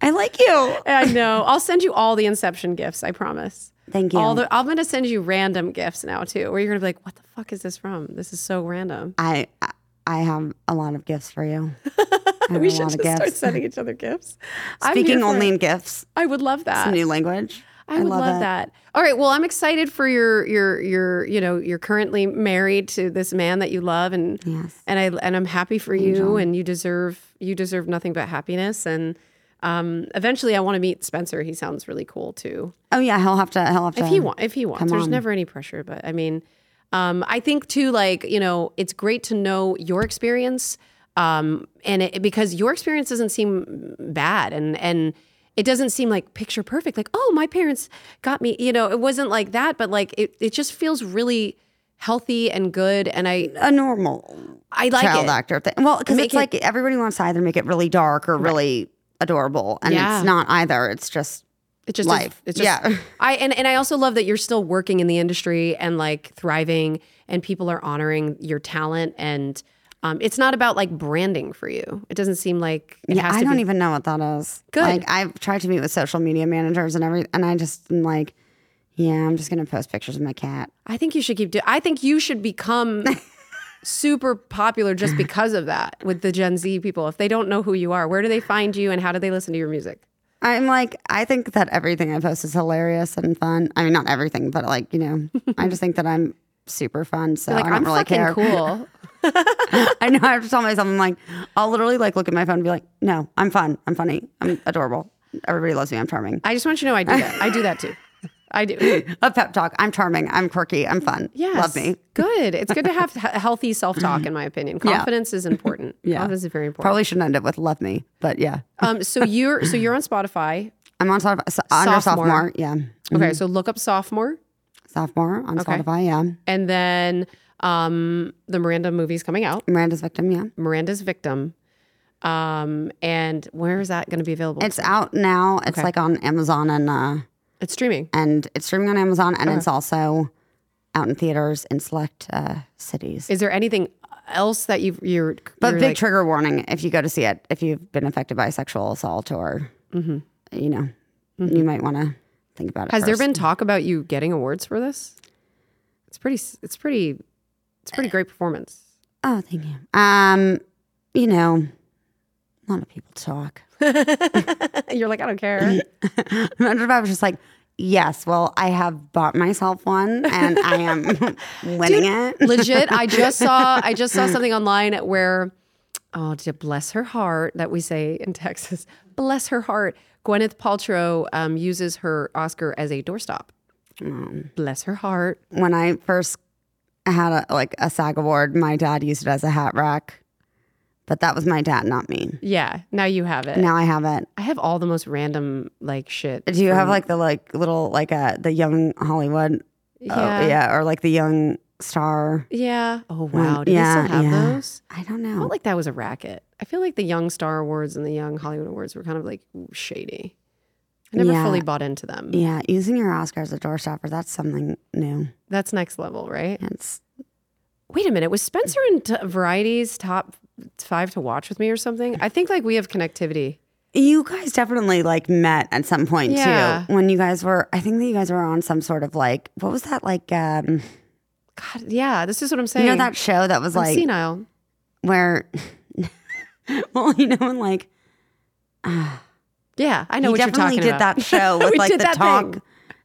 S2: I like you.
S1: I know. I'll send you all the Inception gifts, I promise.
S2: Thank you.
S1: All the I'm gonna send you random gifts now too, where you're gonna be like, What the fuck is this from? This is so random.
S2: I, I- I have a lot of gifts for you. I have
S1: We
S2: a
S1: should
S2: lot
S1: just
S2: of
S1: start
S2: gifts.
S1: sending each other gifts. I'm here
S2: Speaking
S1: for
S2: only
S1: it.
S2: in gifts,
S1: I would love that.
S2: new language.
S1: I would love,
S2: it.
S1: that. All right. Well, I'm excited for your your your you know you're currently married to this man that you love and
S2: Yes.
S1: and I and I'm happy for you and you deserve you deserve nothing but happiness and um eventually I want to meet Spencer. He sounds really cool too.
S2: Oh yeah, he'll have to. He'll have to.
S1: If he wants, if he wants, there's never any pressure. But I mean, um, I think too, like you know, it's great to know your experience, um, and it, because your experience doesn't seem bad, and and it doesn't seem like picture perfect. Like, oh, my parents got me. You know, it wasn't like that, but like it, it just feels really healthy and good, and I
S2: a normal
S1: I like
S2: child
S1: it.
S2: actor thing. Well, because
S1: Make
S2: it's
S1: it-
S2: like everybody wants to either make it really dark or really adorable, and
S1: Yeah.
S2: it's not either. It's just
S1: It just
S2: life.
S1: Is, it's just,
S2: Yeah.
S1: I and, and I also love that you're still working in the industry and like thriving, and people are honoring your talent. And um, it's not about like branding for you. It doesn't seem like it
S2: Yeah,
S1: has
S2: I
S1: to
S2: don't
S1: be.
S2: even know what that is.
S1: Good.
S2: Like I've tried to meet with social media managers and every, and I just am like, yeah, I'm just gonna post pictures of my cat.
S1: I think you should keep. Do- I think you should become super popular just because of that with the Gen Z people. If they don't know who you are, where do they find you, and how do they listen to your music?
S2: I'm like, I think that everything I post is hilarious and fun. I mean, not everything, but like you know, I just think that I'm super fun. So
S1: Like
S2: I don't
S1: I'm
S2: really
S1: fucking
S2: care.
S1: cool.
S2: I know I have to tell myself, I'm like, I'll literally like look at my phone and be like, no, I'm fun. I'm funny. I'm adorable. Everybody loves me. I'm charming.
S1: I just want you to know I do that. I do that too. I do.
S2: A pep talk. I'm charming. I'm quirky. I'm fun.
S1: Yes.
S2: Love me.
S1: Good. It's good to have he- healthy self talk, in my opinion. Confidence is important. yeah. Confidence is very important.
S2: Probably shouldn't end up with love me, but yeah.
S1: Um, so you're so you're on Spotify.
S2: I'm on Spotify. So, under
S1: Sophomore.
S2: sophomore. Yeah. Mm-hmm.
S1: Okay, so look up sophomore,
S2: Sophomore on Spotify. Yeah.
S1: and then um, the Miranda movie's coming out.
S2: Miranda's Victim. Yeah.
S1: Miranda's victim. Um, and where is that going to be available? It's,
S2: It's out now. It's like on Amazon and uh,
S1: streaming.
S2: and it's streaming on Amazon and it's also out in theaters in select uh, cities.
S1: Is there anything else that you you're?
S2: But
S1: you're
S2: big
S1: like-
S2: trigger warning if you go to see it, if you've been affected by sexual assault or, you know, you might want to think about it.
S1: mm-hmm. has there
S2: first.
S1: been talk about you getting awards for this? It's pretty. s- It's pretty. It's a pretty great performance.
S2: Oh, thank you. Um, you know, a lot of people talk.
S1: You're like, I don't care.
S2: Imagine if I was just like, yes, well, I have bought myself one and I am winning it.
S1: legit i just saw i just saw something online where oh to bless her heart that we say in texas bless her heart gwyneth paltrow um, uses her oscar as a doorstop bless her heart
S2: Um, When I first had a, like a SAG award, my dad used it as a hat rack, but that was my dad, not me.
S1: yeah now you have it
S2: Now I have it.
S1: i have all the most random like shit
S2: Do you have like the like little like uh, the young Hollywood?
S1: yeah
S2: Oh, yeah, or like the young star.
S1: Yeah. oh wow do
S2: yeah,
S1: they still have
S2: yeah. Oh.
S1: those
S2: I don't
S1: i
S2: know.
S1: felt like that was a racket i feel like the young star awards and the young hollywood awards were kind of like shady i never
S2: Yeah.
S1: fully bought into them
S2: yeah, using your Oscar as a doorstopper, that's something new.
S1: that's next level right
S2: It's
S1: Wait a minute, was Spencer in t- Variety's top five to watch with me or something? I think like we have connectivity.
S2: you guys definitely like met at some point
S1: Yeah.
S2: too. When you guys were I think that you guys were on some sort of like what was that like um
S1: God, yeah, this is what I'm saying.
S2: You know that show that was
S1: I'm
S2: like
S1: senile.
S2: where, well, you know, and like
S1: Yeah, I know
S2: he
S1: what you're
S2: definitely
S1: talking
S2: did
S1: about.
S2: that show with
S1: We
S2: like
S1: did
S2: the
S1: that
S2: talk,
S1: thing.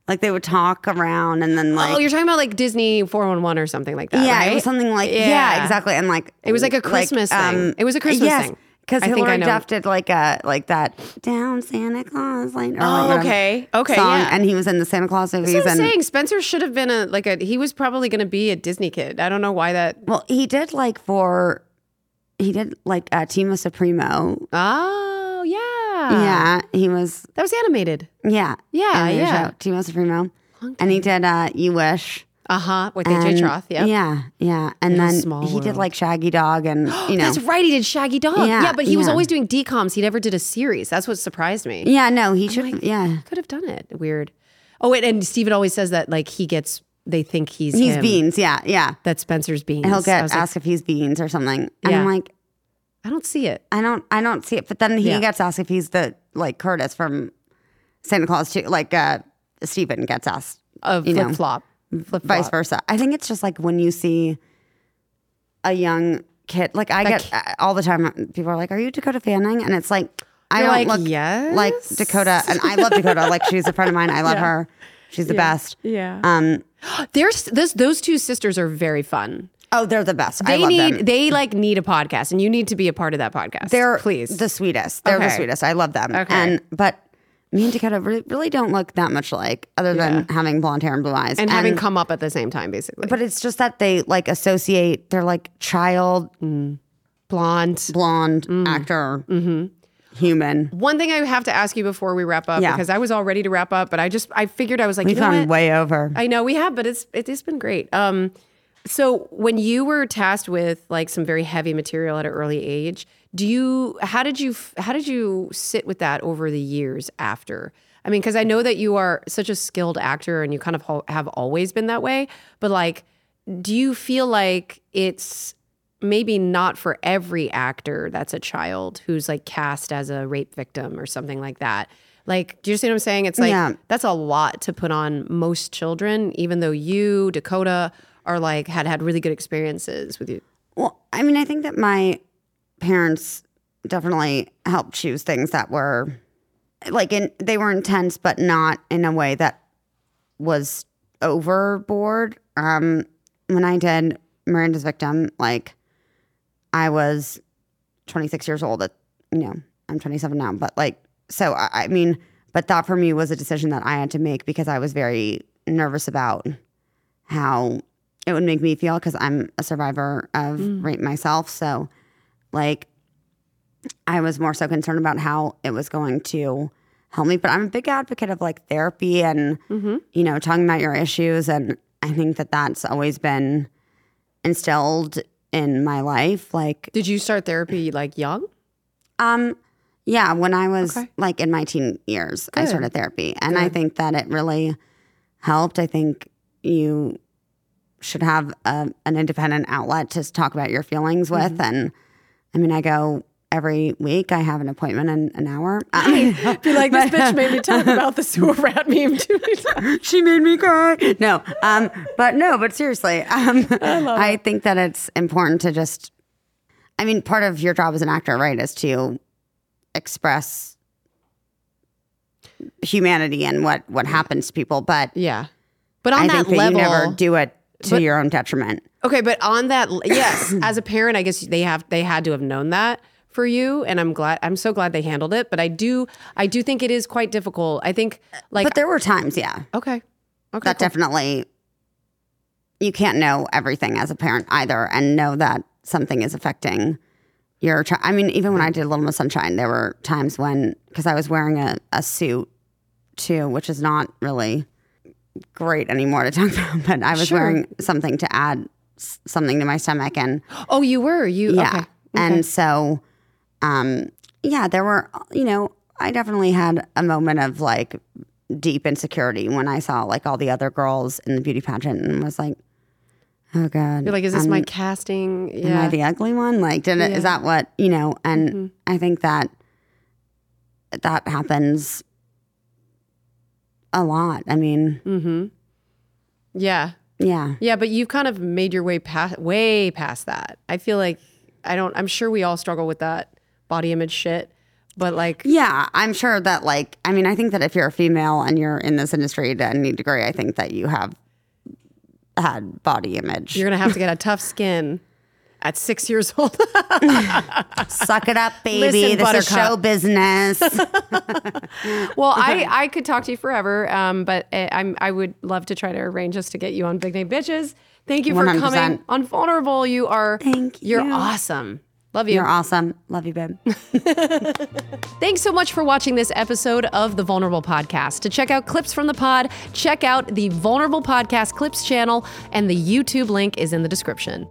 S2: like they would talk around and then like
S1: oh, you're talking about like Disney 411 or something like that.
S2: yeah,
S1: right?
S2: it was something like yeah.
S1: Yeah.
S2: exactly, and like um,
S1: It was like a Christmas thing. It was a Christmas
S2: yes,
S1: thing.
S2: Because
S1: I think I
S2: Hillary
S1: know.
S2: Duff did like a like that down Santa Claus like or
S1: Oh,
S2: like whatever
S1: okay. Okay,
S2: song,
S1: yeah.
S2: and he was in the Santa Claus movies
S1: That's what I'm
S2: and
S1: saying. Spencer should have been a like a. He was probably going to be a Disney kid. I don't know why that.
S2: well he did like for he did like uh, Timo Supremo
S1: Oh yeah,
S2: yeah he was
S1: That was animated.
S2: yeah
S1: Yeah,
S2: in the
S1: yeah.
S2: show, Timo Supremo and he did uh, You Wish
S1: Uh huh. With AJ
S2: and-
S1: Troth. Yeah.
S2: yeah yeah and
S1: a
S2: then
S1: small
S2: he did
S1: world.
S2: like Shaggy Dog and you know
S1: That's right. He did Shaggy Dog.
S2: Yeah,
S1: Yeah, but he was
S2: yeah.
S1: always doing DComs. He never did a series. That's what surprised me.
S2: yeah no he should yeah
S1: Could have done it. Weird. Oh, and, and Steven always says that like he gets. They think he's
S2: he's
S1: him.
S2: Beans yeah yeah
S1: That Spencer's beans.
S2: he'll
S1: I
S2: get
S1: was like,
S2: asked if he's beans or something. And
S1: Yeah.
S2: I'm like,
S1: I don't see it.
S2: I don't, I don't see it. But then he
S1: Yeah.
S2: gets asked if he's the like Curtis from Santa Claus too. Like uh, Stephen gets asked,
S1: Of
S2: You know,
S1: flip flop. Flip
S2: vice
S1: flop.
S2: versa. I think it's just like when you see a young kid, like I get uh, all the time. People are like, "Are you Dakota Fanning?" And it's like, I
S1: You're
S2: don't
S1: like,
S2: look
S1: "Yes?"
S2: like Dakota, and I love Dakota. like she's a friend of mine. I love her. She's the best.
S1: Yeah.
S2: Um.
S1: Uh, There's this, those two sisters are very fun.
S2: Oh, they're the best. I
S1: They
S2: love
S1: need
S2: them.
S1: they like need a podcast, and you need to be a part of that podcast.
S2: They're
S1: please.
S2: the sweetest. They're the
S1: Okay.
S2: sweetest. I love them.
S1: Okay.
S2: And but me and Dakota really, really don't look that much alike, other than having blonde hair and blue eyes.
S1: and having come up at the same time, basically.
S2: but it's just that they like associate. They're like child
S1: Blonde.
S2: blonde
S1: Mm.
S2: actor
S1: Mm-hmm.
S2: human.
S1: One thing I have to ask you before we wrap up,
S2: Yeah.
S1: because I was all ready to wrap up, but I just I figured I was like,
S2: We
S1: you know
S2: found
S1: what?
S2: way over.
S1: I know we have, but it's it, it's been great. Um, so when you were tasked with like some very heavy material at an early age, do you how did you f- how did you sit with that over the years after? I mean, because I know that you are such a skilled actor and you kind of ho- have always been that way, but like, do you feel like it's maybe not for every actor that's a child who's like cast as a rape victim or something like that. Like, do you see what I'm saying? It's like
S2: Yeah.
S1: that's a lot to put on most children, even though you, Dakota, are like had had really good experiences with you.
S2: Well, I mean, I think that my parents definitely helped choose things that were like in they were intense, but not in a way that was overboard. Um, when I did Miranda's Victim, like I was 26 years old. At, you know, I'm 27 now, but like, so I, I mean, but that for me was a decision that I had to make because I was very nervous about how it would make me feel because I'm a survivor of rape myself. So, like, I was more so concerned about how it was going to help me. But I'm a big advocate of like therapy and,
S1: Mm-hmm.
S2: you know, talking about your issues. And I think that that's always been instilled in my life. Like,
S1: Did you start therapy like young?
S2: um, yeah, when I was
S1: Okay.
S2: like in my teen years, I
S1: Good.
S2: started therapy, and I think that it really helped. I think you should have a, an independent outlet to talk about your feelings
S1: Mm-hmm.
S2: with, and I mean, I go every week. I have an appointment in an hour. Um,
S1: Be like, this bitch made me talk about the sewer rat meme too many times.
S2: she made me cry. No, um, but no, but seriously, um, I, think that it's important to just. I mean, part of your job as an actor, right, is to express humanity and what what happens to people. But
S1: Yeah. But on
S2: I
S1: that
S2: think that
S1: level,
S2: you never do it to your own detriment.
S1: Okay, but on that, yes, as a parent, I guess they have they had to have known that for you, and I'm glad. I'm so glad they handled it. But I do, I do think it is quite difficult. I think, like,
S2: Uh, But there were times, yeah,
S1: okay, okay,
S2: that definitely. You can't know everything as a parent either, and know that something is affecting your child. I mean, even when I did Little Miss Sunshine, there were times when because I was wearing a, a suit too, which is not really great anymore to talk about. But I was
S1: Sure.
S2: wearing something to add s- something to my stomach, and
S1: cool. oh, you were you,
S2: yeah,
S1: okay, okay.
S2: and so, um, yeah, there were you know I definitely had a moment of like deep insecurity when I saw like all the other girls in the beauty pageant and was like, oh god,
S1: You're like, is this
S2: I'm-
S1: my casting?
S2: Am I
S1: Yeah,
S2: the ugly one? Like, did it,
S1: Yeah. Mm-hmm.
S2: is that what you know? And I think that that happens a lot. I mean,
S1: Mm-hmm. yeah.
S2: Yeah.
S1: Yeah, but you've kind of made your way past way past that. I feel like I don't I'm sure we all struggle with that body image shit, but like
S2: Yeah, I'm sure that like I mean, I think that if you're a female and you're in this industry to any degree, I think that you have had body image.
S1: you're going to have to get a tough skin at 6 years old.
S2: Suck it up, baby.
S1: Listen,
S2: this is
S1: Buttercup.
S2: show business.
S1: well, I I could talk to you forever, um but I, I'm I would love to try to arrange us to get you on Big Name Bitches. Thank you for
S2: 100%.
S1: coming on Vulnerable. You are
S2: Thank
S1: You're
S2: you.
S1: awesome. Love you.
S2: you're awesome. Love you, babe.
S1: Thanks so much for watching this episode of The Vulnerable Podcast. To check out clips from the pod, check out the Vulnerable Podcast Clips channel, and the YouTube link is in the description.